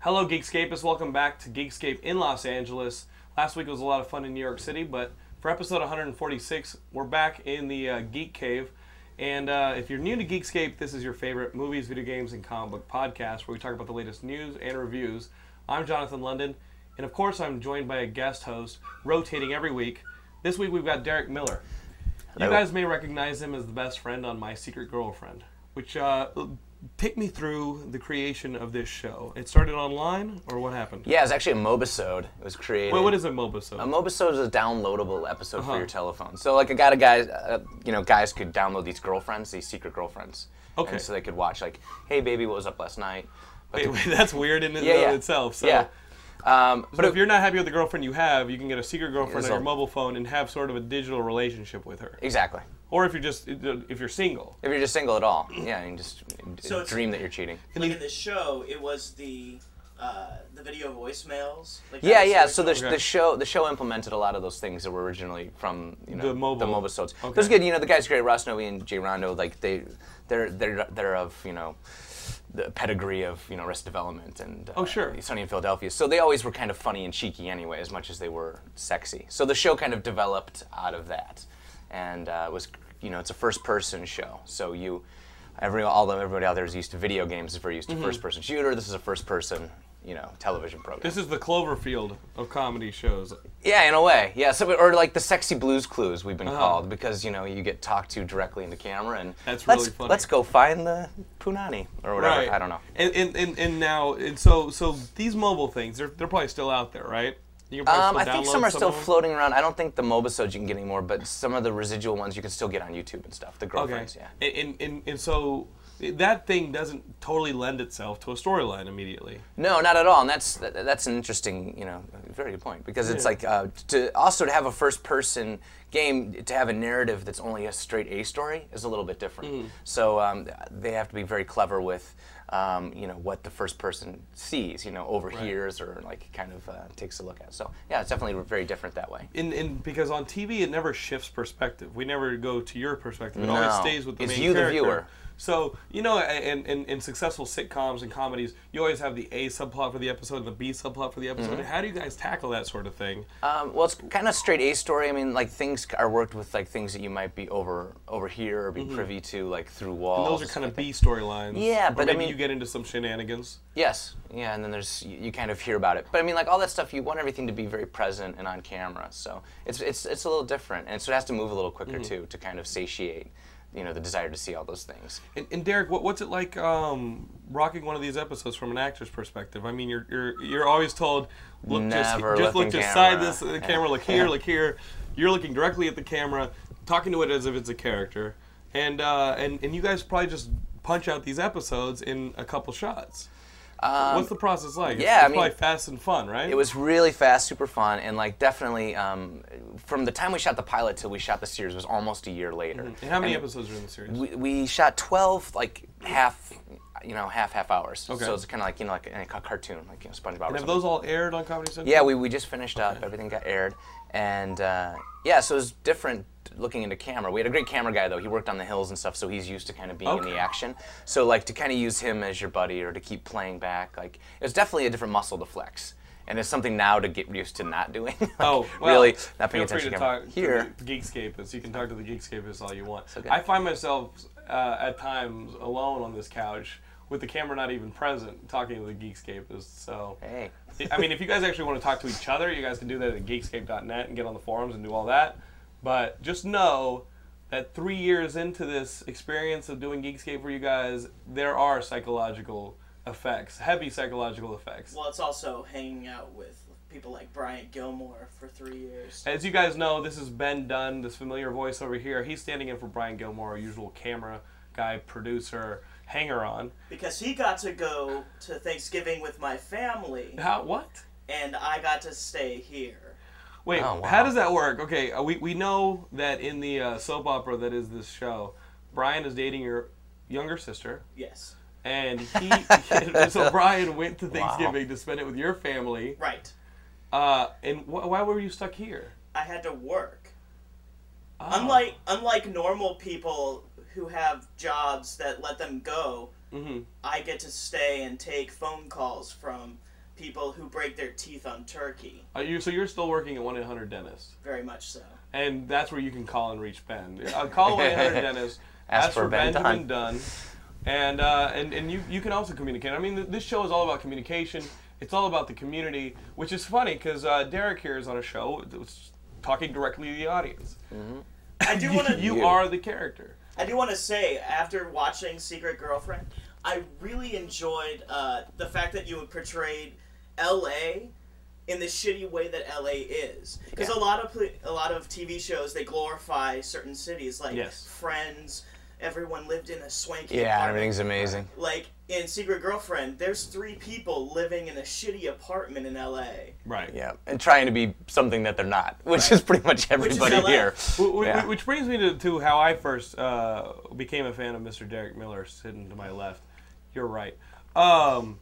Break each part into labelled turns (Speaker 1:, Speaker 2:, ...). Speaker 1: Hello, Geekscapists. Welcome back to Geekscape in Los Angeles. Last week was a lot of fun in New York City, but for episode 146, we're back in the uh, Geek Cave. And uh, if you're new to Geekscape, this is your favorite movies, video games, and comic book podcast where we talk about the latest news and reviews. I'm Jonathan London, and of course, I'm joined by a guest host rotating every week. This week, we've got Derek Miller. You
Speaker 2: Hello.
Speaker 1: guys may recognize him as the best friend on My Secret Girlfriend, which uh, take me through the creation of this show. It started online, or what happened?
Speaker 2: Yeah, it's actually a mobisode. It was created.
Speaker 1: Wait, what is Uh-huh. a MOBA
Speaker 2: a mobisode? Is a downloadable episode for your telephone. So like I got a guy, uh, you know, guys could download these girlfriends, these secret girlfriends.
Speaker 1: Okay.
Speaker 2: And so they could watch like, hey baby, what was up last night? But
Speaker 1: Wait,
Speaker 2: the-
Speaker 1: wait, that's weird in and
Speaker 2: Yeah,
Speaker 1: of
Speaker 2: yeah.
Speaker 1: itself. So.
Speaker 2: yeah. Um,
Speaker 1: But if you're not happy with the girlfriend you have, you can get a secret girlfriend on
Speaker 2: Result.
Speaker 1: your mobile phone and have sort of a digital relationship with her.
Speaker 2: exactly.
Speaker 1: Or if you're just if you're single,
Speaker 2: If you're just single at all, yeah, you just
Speaker 3: So it's-
Speaker 2: dream that you're cheating.
Speaker 3: like in the show, it was the uh, the video voicemails. Like that
Speaker 2: Yeah,
Speaker 3: was
Speaker 2: yeah.
Speaker 3: like
Speaker 2: So the,
Speaker 1: Okay.
Speaker 2: the show the show implemented a lot of those things that were originally from you know
Speaker 1: The mobile.
Speaker 2: the mobisodes.
Speaker 1: Okay.
Speaker 2: It was good. You know the guys Gary Rosnovi and Jay Rondo like they they're they're they're of you know the pedigree of you know Arrested Development and uh,
Speaker 1: Oh, sure.
Speaker 2: Sunny in Philadelphia. So they always were kind of funny and cheeky anyway, as much as they were sexy. So the show kind of developed out of that, and uh, it was you know it's a first person show. So you every although everybody out there is used to video games, if we're used to
Speaker 1: Mm-hmm.
Speaker 2: first person shooter, this is a first person you know television program.
Speaker 1: this is the Cloverfield of comedy shows.
Speaker 2: Yeah, in a way. Yeah, so or like the sexy blues clues we've been
Speaker 1: Uh-huh.
Speaker 2: called because you know you get talked to directly in the camera and
Speaker 1: That's
Speaker 2: let's,
Speaker 1: really funny.
Speaker 2: Let's go find the punani or whatever. I don't know.
Speaker 1: And and, and, and now and so so these mobile things they're, they're probably still out there, right? You can probably
Speaker 2: Um, I
Speaker 1: still
Speaker 2: think
Speaker 1: download
Speaker 2: some are still
Speaker 1: of them.
Speaker 2: floating around. I don't think the mobisodes you can get anymore, but some of the residual ones you can still get on YouTube and stuff. The
Speaker 1: Okay.
Speaker 2: girlfriends, yeah.
Speaker 1: And, and and and so that thing doesn't totally lend itself to a storyline immediately.
Speaker 2: No, not at all. And that's that, that's an interesting, you know, very good point because it's
Speaker 1: Yeah.
Speaker 2: like uh, to also to have a first-person game to have a narrative that's only a straight A story is a little bit different.
Speaker 1: Mm.
Speaker 2: So um, they have to be very clever with, um, you know, what the first person sees, you know, overhears or like kind of uh, takes a look at. So yeah, it's definitely very different that way.
Speaker 1: in, in because on TV it never shifts perspective. We never go to your perspective. It always
Speaker 2: No.
Speaker 1: stays with the
Speaker 2: It's
Speaker 1: main
Speaker 2: you, the
Speaker 1: character.
Speaker 2: viewer.
Speaker 1: So you know, in, in, in successful sitcoms and comedies, you always have the A subplot for the episode and the B subplot for the episode.
Speaker 2: Mm-hmm.
Speaker 1: How do you guys tackle that sort of thing?
Speaker 2: Um, well, it's kind of straight A story. I mean, like things are worked with like things that you might be over overhear or be privy to like through walls.
Speaker 1: Mm-hmm. Those are kind of B storylines.
Speaker 2: Yeah,
Speaker 1: Or
Speaker 2: but I
Speaker 1: maybe
Speaker 2: mean-
Speaker 1: you get into some shenanigans.
Speaker 2: Yes, yeah, and then there's you, you kind of hear about it, but I mean, like all that stuff, you want everything to be very present and on camera, so it's it's it's a little different, and so it has to move a little quicker
Speaker 1: Mm-hmm.
Speaker 2: too to kind of satiate, you know, the desire to see all those things.
Speaker 1: And, and Derek, what, what's it like um, rocking one of these episodes from an actor's perspective? I mean, you're you're, you're always told, look just
Speaker 2: Never
Speaker 1: just look
Speaker 2: look in
Speaker 1: just side
Speaker 2: camera.
Speaker 1: this uh,
Speaker 2: Yeah.
Speaker 1: camera, look here, look here. You're looking directly at the camera, talking to it as if it's a character, and uh, and and you guys probably just punch out these episodes in a couple shots. What's the process like? It's-
Speaker 2: Um, yeah,
Speaker 1: it's,
Speaker 2: I mean-
Speaker 1: probably fast and fun, right?
Speaker 2: It was really fast, super fun, and like definitely um, from the time we shot the pilot till we shot the series was almost a year later.
Speaker 1: Mm-hmm. And how many
Speaker 2: And-
Speaker 1: episodes are in the series?
Speaker 2: we, we shot 12 like half you know half half hours
Speaker 1: Okay.
Speaker 2: so it's kind of like you know like in a ca- cartoon like you know spongebob or
Speaker 1: Have
Speaker 2: something.
Speaker 1: those all aired on Comedy Central?
Speaker 2: yeah we, we just finished up everything got aired and uh, yeah so it was different looking into camera we had a great camera guy though he worked on the hills and stuff so he's used to kind of being in
Speaker 1: Okay.
Speaker 2: the action so like to kind of use him as your buddy or to keep playing back like it was definitely a different muscle to flex and it's something now to get used to not doing Like,
Speaker 1: Oh, well,
Speaker 2: really not paying
Speaker 1: feel free
Speaker 2: attention
Speaker 1: to
Speaker 2: to camera.
Speaker 1: talk
Speaker 2: here
Speaker 1: to the Geekscapists. You can talk to the Geekscapists all you want.
Speaker 2: okay.
Speaker 1: I find myself uh, at times alone on this couch with the camera not even present, talking to the Geekscapists. So,
Speaker 2: hey
Speaker 1: I mean, if you guys actually want to talk to each other, you guys can do that at Geekscape.net and get on the forums and do all that. But just know that three years into this experience of doing Geekscape for you guys, there are psychological effects, heavy psychological effects.
Speaker 3: Well, it's also hanging out with people like Brian Gilmore for three years.
Speaker 1: As you guys know, this is Ben Dunn, this familiar voice over here. He's standing in for Brian Gilmore, our usual camera guy, producer, hanger on.
Speaker 3: Because he got to go to Thanksgiving with my family,
Speaker 1: How? What?
Speaker 3: and I got to stay here.
Speaker 1: Wait,
Speaker 2: Oh, wow.
Speaker 1: how does that work? Okay, uh, we, we know that in the uh, soap opera that is this show, Brian is dating your younger sister,
Speaker 3: Yes.
Speaker 1: and he so Brian went to Thanksgiving to spend it with your family.
Speaker 3: Right.
Speaker 1: Uh, and wh- why were you stuck here?
Speaker 3: I had to work.
Speaker 1: Oh.
Speaker 3: Unlike unlike normal people who have jobs that let them go,
Speaker 2: Mm-hmm.
Speaker 1: Mhm.
Speaker 3: I get to stay and take phone calls from people who break their teeth on turkey.
Speaker 1: Are you so you're still working at one eight hundred dentist,
Speaker 3: Very much so.
Speaker 1: and that's where you can call and reach Ben. Uh, call one eight hundred dentist.
Speaker 2: Ask for Ben
Speaker 1: Benjamin Dunn. And uh, and and you you can also communicate. I mean, th- this show is all about communication. It's all about the community, which is funny because uh, Derek here is on a show that was talking directly to the audience.
Speaker 3: I do want to.
Speaker 1: you
Speaker 2: You.
Speaker 1: are the character.
Speaker 3: I do want to say, after watching Secret Girlfriend, I really enjoyed uh, the fact that you had portrayed L.A. in the shitty way that L.A. is, because a lot of pl- a lot of TV shows they glorify certain cities, like
Speaker 1: Yes.
Speaker 3: Friends. Everyone lived in a swanky
Speaker 2: Yeah,
Speaker 3: apartment.
Speaker 2: everything's amazing.
Speaker 3: Like in Secret Girlfriend, there's three people living in a shitty apartment in L.A.
Speaker 1: Right.
Speaker 2: Yeah, and trying to be something that they're not, which is pretty much everybody
Speaker 3: LA.
Speaker 2: here.
Speaker 1: Wh- wh-
Speaker 2: Yeah.
Speaker 1: Which brings me to, to how I first uh, became a fan of Mr. Derek Miller, sitting to my left. You're right. Um,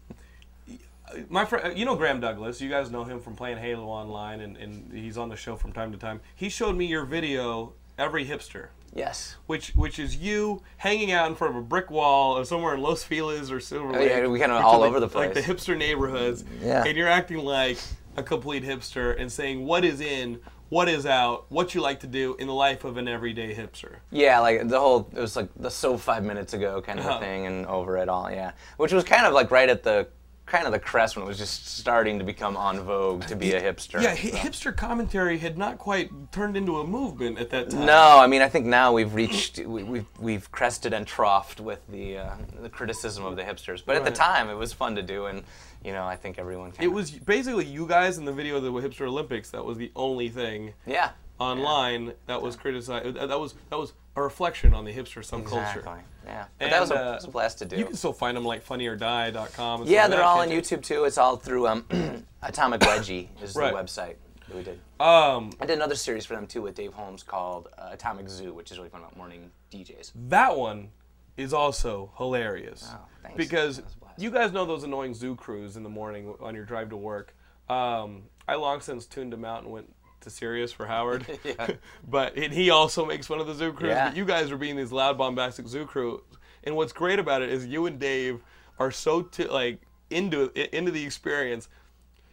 Speaker 1: my friend, you know Graham Douglas. You guys know him from playing Halo Online, and, and he's on the show from time to time. He showed me your video, Every Hipster,
Speaker 2: Yes.
Speaker 1: which which is you hanging out in front of a brick wall or somewhere in Los Feliz or Silver Lake.
Speaker 2: Oh, yeah, we kinda
Speaker 1: which are
Speaker 2: all
Speaker 1: like-
Speaker 2: over the
Speaker 1: Like the
Speaker 2: place.
Speaker 1: hipster neighborhoods.
Speaker 2: Yeah.
Speaker 1: And you're acting like a complete hipster and saying what is in, what is out, what you like to do in the life of an everyday hipster.
Speaker 2: Yeah, like the whole it was like the so five minutes ago kind of a
Speaker 1: Uh-huh.
Speaker 2: thing, and over it all. Yeah, which was kind of like right at the kind of the crest when it was just starting to become on vogue to be a hipster.
Speaker 1: Yeah, hi
Speaker 2: so.
Speaker 1: hipster commentary had not quite turned into a movement at that time.
Speaker 2: No, I mean I think now we've reached we, we've we've crested and troughed with the uh, the criticism of the hipsters, but at the
Speaker 1: Right.
Speaker 2: time it was fun to do, and you know I think everyone. Kinda,
Speaker 1: It was basically you guys in the video of the Hipster Olympics. That was the only thing
Speaker 2: yeah
Speaker 1: online that was criticized. That was that was a reflection on the hipster some
Speaker 2: exactly
Speaker 1: culture.
Speaker 2: yeah. But that was a,
Speaker 1: And, uh,
Speaker 2: was a blast to do.
Speaker 1: You can still find them like funnyordie.com. and
Speaker 2: yeah,
Speaker 1: stuff
Speaker 2: they're
Speaker 1: like
Speaker 2: all
Speaker 1: that,
Speaker 2: on
Speaker 1: can't
Speaker 2: YouTube too. It's all through um, Atomic Wedgie is
Speaker 1: Right.
Speaker 2: the website that we did.
Speaker 1: you? Um,
Speaker 2: I did another series for them too with Dave Holmes called uh, Atomic Zoo, which is really fun about morning DJs.
Speaker 1: that one is also hilarious
Speaker 2: Wow, Oh, thanks.
Speaker 1: because
Speaker 2: That was a blast.
Speaker 1: you guys know those annoying zoo crews in the morning on your drive to work. Um, I long since tuned them out and went to Sirius for Howard.
Speaker 2: Yeah.
Speaker 1: but and he also makes fun of the zoo crews.
Speaker 2: Yeah.
Speaker 1: But you guys are being these loud, bombastic zoo crew. And what's great about it is you and Dave are so t- like into i- into the experience.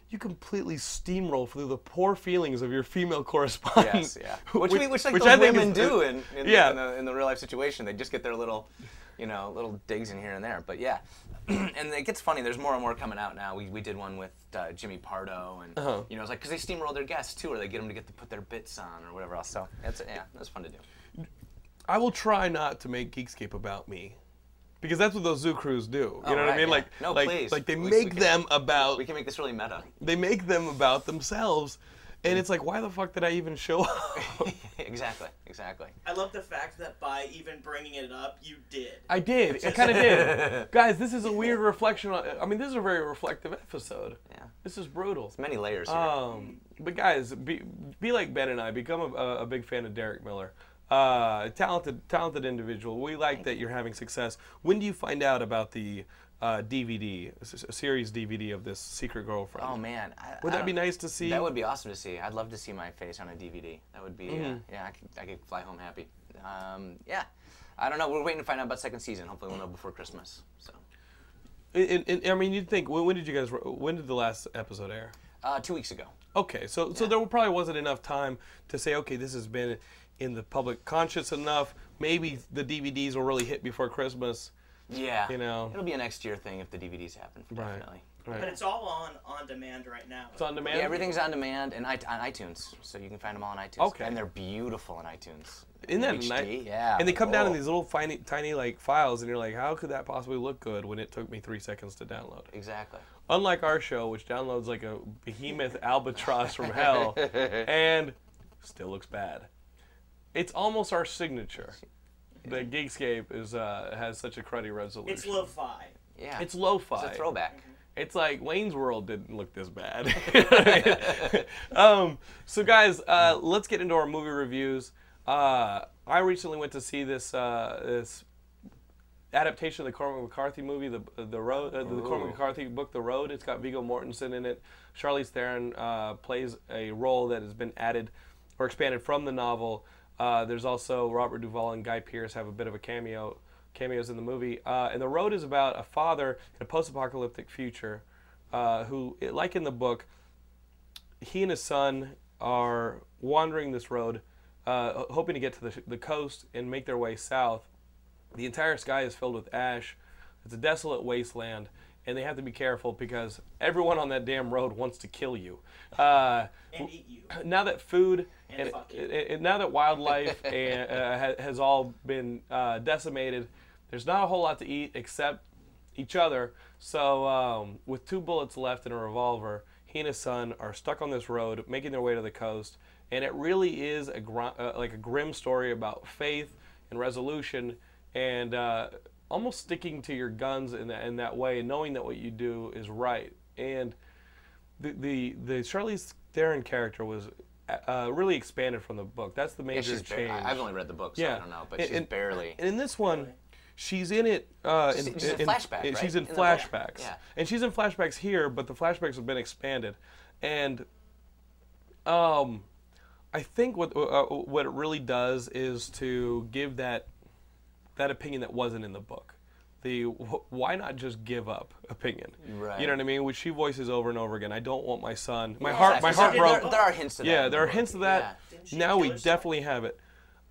Speaker 1: You completely steamroll through the poor feelings of your female correspondent.
Speaker 2: Yes, yeah. Which, we, which like
Speaker 1: which
Speaker 2: those
Speaker 1: I think
Speaker 2: women
Speaker 1: is-
Speaker 2: do in, in,
Speaker 1: yeah.
Speaker 2: the, in, the, in the real life situation. They just get their little, you know, little digs in here and there. But yeah, and it gets funny. There's more and more coming out now. We, we did one with uh, Jimmy Pardo, and
Speaker 1: Uh-huh.
Speaker 2: you know, it's like because they steamroll their guests too, or they get them to get to put their bits on or whatever else. So that's yeah, that's fun to do.
Speaker 1: I will try not to make Geekscape about me. Because that's what those zoo crews do. You
Speaker 2: Oh,
Speaker 1: know what I
Speaker 2: right,
Speaker 1: mean?
Speaker 2: yeah.
Speaker 1: Like,
Speaker 2: No,
Speaker 1: like,
Speaker 2: please.
Speaker 1: like they
Speaker 2: We- we
Speaker 1: make
Speaker 2: can-
Speaker 1: them about
Speaker 2: We can make this really meta.
Speaker 1: they make them about themselves, and it's like, why the fuck did I even show up?
Speaker 2: exactly, exactly.
Speaker 3: I love the fact that by even bringing it up, you did.
Speaker 1: I did. I kind of did. Guys, this is a weird reflection. On, I mean, this is a very reflective episode.
Speaker 2: Yeah,
Speaker 1: This is brutal.
Speaker 2: many layers. Here.
Speaker 1: Um, but guys, be, be like Ben and I. Become a, a, a big fan of Derek Miller. Uh, talented, talented individual. We like that you're having success. When do you find out about the uh, DVD, s- s- series DVD of this Secret Girlfriend?
Speaker 2: Oh man, I,
Speaker 1: Would
Speaker 2: I
Speaker 1: that be
Speaker 2: don't-
Speaker 1: nice to see?
Speaker 2: That would be awesome to see. I'd love to see my face on a DVD. That would be
Speaker 1: Mm-hmm.
Speaker 2: uh, yeah. I could, I could fly home happy. Um, yeah, I don't know. We're waiting to find out about second season. Hopefully, we'll know before Christmas. So,
Speaker 1: And- and- and, I mean, you'd think. When, when did you guys? When did the last episode air?
Speaker 2: uh, two weeks ago.
Speaker 1: Okay, so so there probably wasn't enough time to say, okay, this has been in the public conscious enough. Maybe the DVDs will really hit before Christmas.
Speaker 2: Yeah,
Speaker 1: You know.
Speaker 2: it'll be a next year thing if the DVDs happen. Definitely.
Speaker 1: Right.
Speaker 3: But it's all on on demand right now.
Speaker 1: It's on demand.
Speaker 2: Yeah, everything's on demand and I, on iTunes, so you can find them all on iTunes.
Speaker 1: Okay.
Speaker 2: And they're beautiful on iTunes.
Speaker 1: Isn't that
Speaker 2: HD,
Speaker 1: nice?
Speaker 2: Yeah.
Speaker 1: And they come down in
Speaker 2: Oh.
Speaker 1: these little tiny, tiny like files, and you're like, how could that possibly look good when it took me three seconds to download?
Speaker 2: Exactly.
Speaker 1: Unlike our show, which downloads like a behemoth albatross from hell, and still looks bad. It's almost our signature. The Geekscape is uh, has such a cruddy resolution.
Speaker 3: It's lo-fi.
Speaker 2: Yeah.
Speaker 1: It's lo-fi.
Speaker 2: It's a throwback.
Speaker 1: It's like Wayne's World didn't look this bad. um, so, guys, uh, let's get into our movie reviews. Uh, I recently went to see this uh, this adaptation of the Cormac McCarthy movie, the the road, uh, the Cormac McCarthy book, The Road. It's got Viggo Mortensen in it. Charlize Theron uh, plays a role that has been added or expanded from the novel. Uh, there's also Robert Duvall and Guy Pearce have a bit of a cameo cameos in the movie. Uh, and The Road is about a father in a post-apocalyptic future uh, who, it- like in the book, he and his son are wandering this road, uh, hoping to get to the, the coast and make their way south. The entire sky is filled with ash. It's a desolate wasteland, and they have to be careful because everyone on that damn road wants to kill you. Uh,
Speaker 3: and eat you.
Speaker 1: now that food and,
Speaker 3: fuck you.
Speaker 1: and- and now that wildlife and, uh, ha- has all been uh, decimated, there's not a whole lot to eat except each other. So, um, with two bullets left and a revolver, he and his son are stuck on this road, making their way to the coast. And it really is a gr- uh, like a grim story about faith and resolution, and uh, almost sticking to your guns in that, in that way, and knowing that what you do is right. And the the the Charlize Theron character was uh, really expanded from the book. That's the
Speaker 2: Yeah,
Speaker 1: major
Speaker 2: she's
Speaker 1: change.
Speaker 2: bar- I- I've only read the book, so I don't know, but
Speaker 1: And-
Speaker 2: she's
Speaker 1: and-
Speaker 2: barely.
Speaker 1: And in this one, she's in it. Uh,
Speaker 2: She's- she's in flashback,
Speaker 1: yeah,
Speaker 2: right?
Speaker 1: She's in,
Speaker 2: In the book.
Speaker 1: flashbacks.
Speaker 2: Yeah.
Speaker 1: And she's in flashbacks here, but the flashbacks have been expanded, and um, I think what uh, what it really does is to give that that opinion that wasn't in the book. The wh- why not just give up opinion.
Speaker 2: Right.
Speaker 1: You know what I mean? Which she voices over and over again. I don't want my son. My
Speaker 2: Yeah,
Speaker 1: heart. My
Speaker 2: exactly.
Speaker 1: heart
Speaker 2: There-
Speaker 1: broke.
Speaker 2: There, there are hints of that.
Speaker 1: Yeah, there
Speaker 2: in the
Speaker 1: are
Speaker 2: book.
Speaker 1: hints of that.
Speaker 2: Yeah.
Speaker 3: Didn't she
Speaker 1: Now
Speaker 3: kill
Speaker 1: we
Speaker 3: herself?
Speaker 1: definitely have it.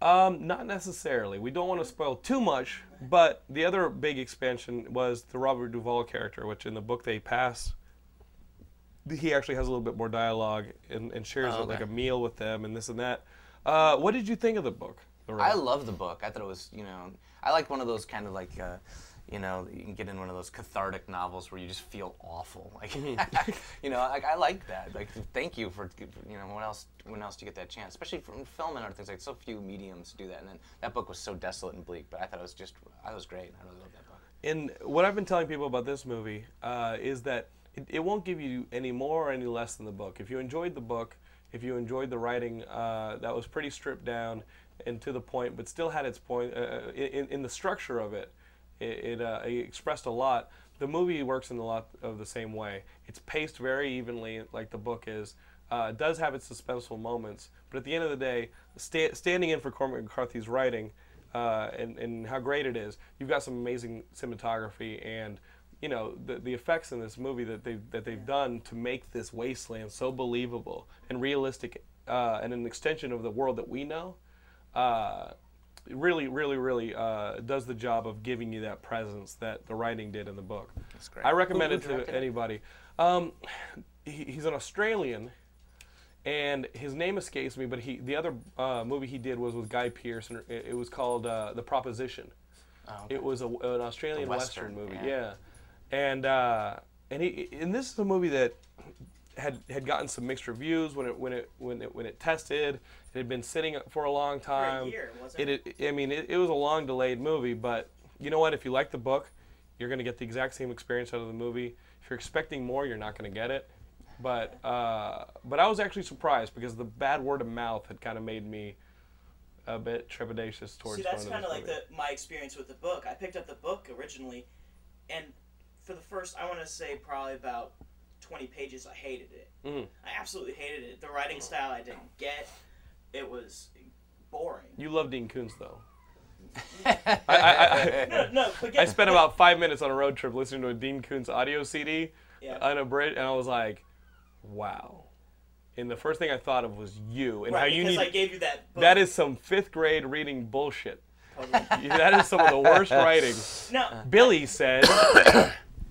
Speaker 1: Um, not necessarily. We don't want to spoil too much, but the other big expansion was the Robert Duvall character, which in the book they pass. He actually has a little bit more dialogue and, and shares
Speaker 2: Oh,
Speaker 1: like
Speaker 2: okay.
Speaker 1: a meal with them and this and that. Uh, what did you think of the book?
Speaker 2: I
Speaker 1: Lorraine?
Speaker 2: love the book. I thought it was, you know, I like one of those kind of like, uh, you know, you can get in one of those cathartic novels where you just feel awful. Like, you know, I, I like that. Like, thank you for, you know, when else, when else do you get that chance? Especially from film and other things. Like, so few mediums do that. And then that book was so desolate and bleak, but I thought it was just, I was great. I really loved that book.
Speaker 1: And what I've been telling people about this movie uh, is that it, it won't give you any more or any less than the book. If you enjoyed the book, if you enjoyed the writing, uh, that was pretty stripped down and to the point, but still had its point uh, in, in the structure of it. It, it, uh, it expressed a lot. The movie works in a lot of the same way. It's paced very evenly, like the book is. Uh, it does have its suspenseful moments, but at the end of the day, sta- standing in for Cormac McCarthy's writing, uh, and, and how great it is. You've got some amazing cinematography and you know the, the effects in this movie that they've that they've done to make this wasteland so believable and realistic uh, and an extension of the world that we know. Uh, it really, really, really uh, does the job of giving you that presence that the writing did in the book. That's
Speaker 2: great.
Speaker 1: I recommend
Speaker 2: Who-
Speaker 1: it
Speaker 2: who
Speaker 1: to
Speaker 2: directed it?
Speaker 1: anybody. Um, he, he's an Australian and his name escapes me, but he the other uh, movie he did was with Guy Pearce, and it, it was called uh, The Proposition. It was a, an Australian
Speaker 2: Oh, A
Speaker 1: Western,
Speaker 2: Western,
Speaker 1: movie, yeah.
Speaker 2: yeah.
Speaker 1: And uh, and he and this is a movie that had had gotten some mixed reviews when it when it when it when it tested. It had been sitting for a long time.
Speaker 3: year, wasn't
Speaker 1: I mean, it, it was a long delayed movie, but you know what? If you like the book, you're going to get the exact same experience out of the movie. If you're expecting more, you're not going to get it. But uh, but I was actually surprised because the bad word of mouth had kind of made me a bit trepidatious towards.
Speaker 3: See, that's
Speaker 1: going
Speaker 3: kind
Speaker 1: to
Speaker 3: of
Speaker 1: this
Speaker 3: like
Speaker 1: movie.
Speaker 3: the, my experience with the book. I picked up the book originally, and for the first, I want to say probably about 20 pages, I hated it.
Speaker 1: Mhm.
Speaker 3: I absolutely hated it. The
Speaker 1: Mm.
Speaker 3: writing style I didn't get. It was boring.
Speaker 1: You love Dean Koontz though. I, I, I,
Speaker 3: No, no, but
Speaker 1: I
Speaker 3: get,
Speaker 1: spent about five minutes on a road trip listening to a Dean Koontz audio CD
Speaker 3: Yeah.
Speaker 1: on a bridge, and I was like, wow. And the first thing I thought of was you and
Speaker 3: right,
Speaker 1: how you
Speaker 3: because
Speaker 1: need.
Speaker 3: I gave you that book.
Speaker 1: that is some fifth grade reading bullshit.
Speaker 3: Totally.
Speaker 1: You- that is some of the worst writing.
Speaker 3: No,
Speaker 1: Billy said.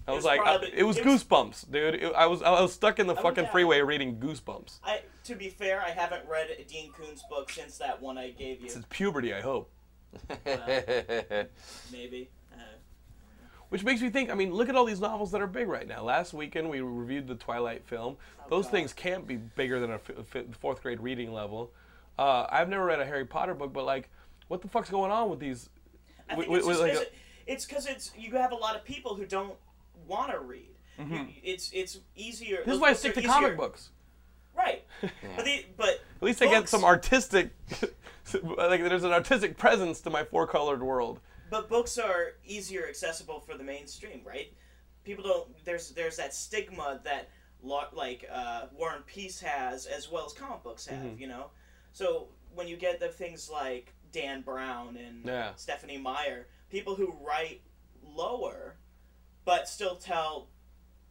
Speaker 1: I was,
Speaker 3: was
Speaker 1: like,
Speaker 3: probably-
Speaker 1: I- it was
Speaker 3: it was-
Speaker 1: goosebumps, dude. It- I was I was stuck in the fucking
Speaker 3: yeah.
Speaker 1: freeway reading goosebumps.
Speaker 3: I, to be fair, I haven't read a Dean Koontz book since that one I gave you.
Speaker 1: It's puberty, I hope.
Speaker 3: Maybe. Uh,
Speaker 1: Which makes me think. I mean, look at all these novels that are big right now. Last weekend we reviewed the Twilight film. Those
Speaker 3: Oh, God.
Speaker 1: things can't be bigger than a f- f- fourth grade reading level. Uh, I've never read a Harry Potter book, but like, what the fuck's going on with these?
Speaker 3: I
Speaker 1: with-
Speaker 3: think it's
Speaker 1: with,
Speaker 3: just
Speaker 1: like, uh,
Speaker 3: 'cause
Speaker 1: a-
Speaker 3: it- it's because it's you have a lot of people who don't want to read. It's it's easier.
Speaker 1: Mm-hmm. this is why I stick to comic books.
Speaker 3: Right. But, they, but
Speaker 1: At least I get
Speaker 3: books-
Speaker 1: some artistic. like, there's an artistic presence to my four colored world.
Speaker 3: But books are easier accessible for the mainstream, right? People don't. There's there's that stigma that lo- like uh, War and Peace has, as well as comic books have.
Speaker 1: Mm-hmm.
Speaker 3: You know, so when you get the things like Dan Brown and
Speaker 1: Yeah.
Speaker 3: Stephanie Meyer, people who write lower, but still tell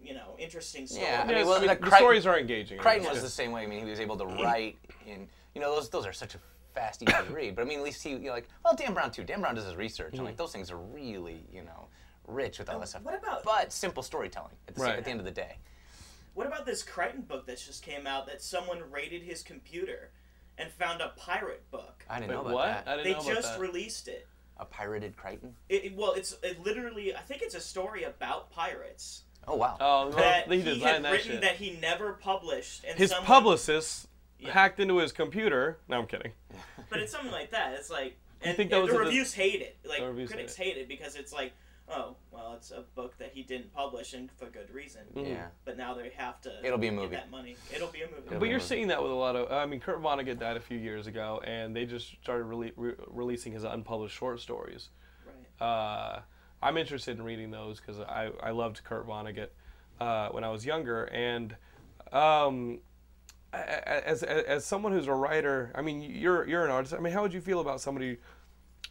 Speaker 3: you know interesting story.
Speaker 2: Yeah, I
Speaker 1: Yeah,
Speaker 2: mean,
Speaker 1: it's-
Speaker 2: well,
Speaker 1: I mean,
Speaker 2: the
Speaker 1: the
Speaker 2: Crichton-
Speaker 1: stories are engaging.
Speaker 2: Crichton
Speaker 1: It's
Speaker 2: was the
Speaker 1: just-
Speaker 2: same way. I mean, he was able to write in, you know, those those are such a fast, easy read. But I mean, at least he, you know, like, well, Dan Brown too. Dan Brown does his research, and like those things are really, you know, rich with all that stuff.
Speaker 3: what about-
Speaker 2: But simple storytelling at the, s-
Speaker 1: Right.
Speaker 2: at the end of the day.
Speaker 3: What about this Crichton book that just came out that someone raided his computer and found a pirate book?
Speaker 2: I didn't
Speaker 1: Wait,
Speaker 2: know about
Speaker 1: what?
Speaker 2: that.
Speaker 1: I didn't
Speaker 3: They
Speaker 1: know about
Speaker 3: just
Speaker 1: that.
Speaker 3: released it.
Speaker 2: A pirated Crichton.
Speaker 3: It, it- Well, it's it literally. I think it's a story about pirates
Speaker 2: Oh wow.
Speaker 1: oh, well,
Speaker 3: that
Speaker 1: he
Speaker 3: he, had
Speaker 1: designed that
Speaker 3: written
Speaker 1: shit.
Speaker 3: that he never published. And
Speaker 1: his
Speaker 3: someone-
Speaker 1: publicist
Speaker 3: Yeah.
Speaker 1: hacked into his computer. No, I'm kidding.
Speaker 3: but it's something like that. It's like, and,
Speaker 1: think that
Speaker 3: and
Speaker 1: was
Speaker 3: the
Speaker 1: a dis-
Speaker 3: reviews hate it. Like
Speaker 1: The reviews
Speaker 3: critics hate it. because it's like, oh, well, it's a book that he didn't publish and for good reason.
Speaker 1: Mm.
Speaker 2: Yeah.
Speaker 3: But now they have to.
Speaker 2: It'll be a
Speaker 3: get
Speaker 2: movie.
Speaker 3: That money. It'll be a movie.
Speaker 2: It'll
Speaker 1: But
Speaker 2: be
Speaker 1: you're
Speaker 2: Amazing.
Speaker 1: seeing that with a lot of. I mean, Kurt Vonnegut died a few years ago, and they just started rele- re- releasing his unpublished short stories.
Speaker 3: right.
Speaker 1: Uh, I'm interested in reading those because I, I loved Kurt Vonnegut uh, when I was younger, and um, a- a- as, as as someone who's a writer, I mean, you're you're an artist. I mean, how would you feel about somebody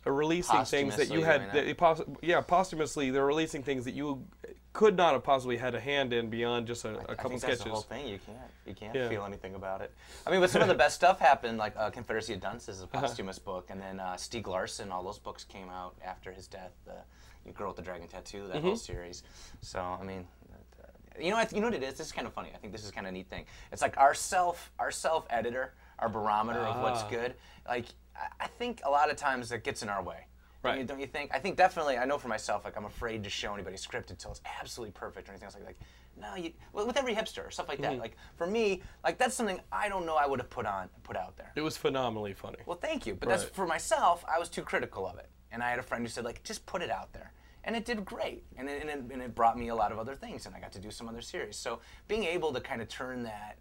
Speaker 1: releasing things that you
Speaker 2: Posthumously,
Speaker 1: had
Speaker 2: I mean,
Speaker 1: that you poss- yeah posthumously they're releasing things that you could not have possibly had a hand in beyond just a, a
Speaker 2: I
Speaker 1: couple
Speaker 2: think
Speaker 1: sketches.
Speaker 2: That's the whole thing. You can't. You can't
Speaker 1: Yeah.
Speaker 2: feel anything about it. I mean, but some of the best stuff happened. Like uh, Confederacy of Dunces is a
Speaker 1: Uh-huh.
Speaker 2: posthumous book, and then uh, Stieg Larsson. All those books came out after his death. The Girl with the Dragon Tattoo. That
Speaker 1: Mm-hmm.
Speaker 2: whole series. So I mean. that, uh, You know, I th- you know what it is. This is kind of funny. I think this is kind of a neat thing. It's like our self, our self editor, our barometer of what's
Speaker 1: Ah.
Speaker 2: good. Like I- I think a lot of times that gets in our way. Don't
Speaker 1: Right.
Speaker 2: you- don't you think? I think definitely. I know for myself, like I'm afraid to show anybody script until it's absolutely perfect or anything else like like. No, you, well, with every hipster or stuff like that. Like for me, like that's something I don't know I would have put on put out there.
Speaker 1: It was phenomenally funny.
Speaker 2: Well, thank you, but
Speaker 1: Right.
Speaker 2: that's for myself. I was too critical of it, and I had a friend who said like just put it out there, and it did great, and it, and it, and it brought me a lot of other things, and I got to do some other series. So being able to kind of turn that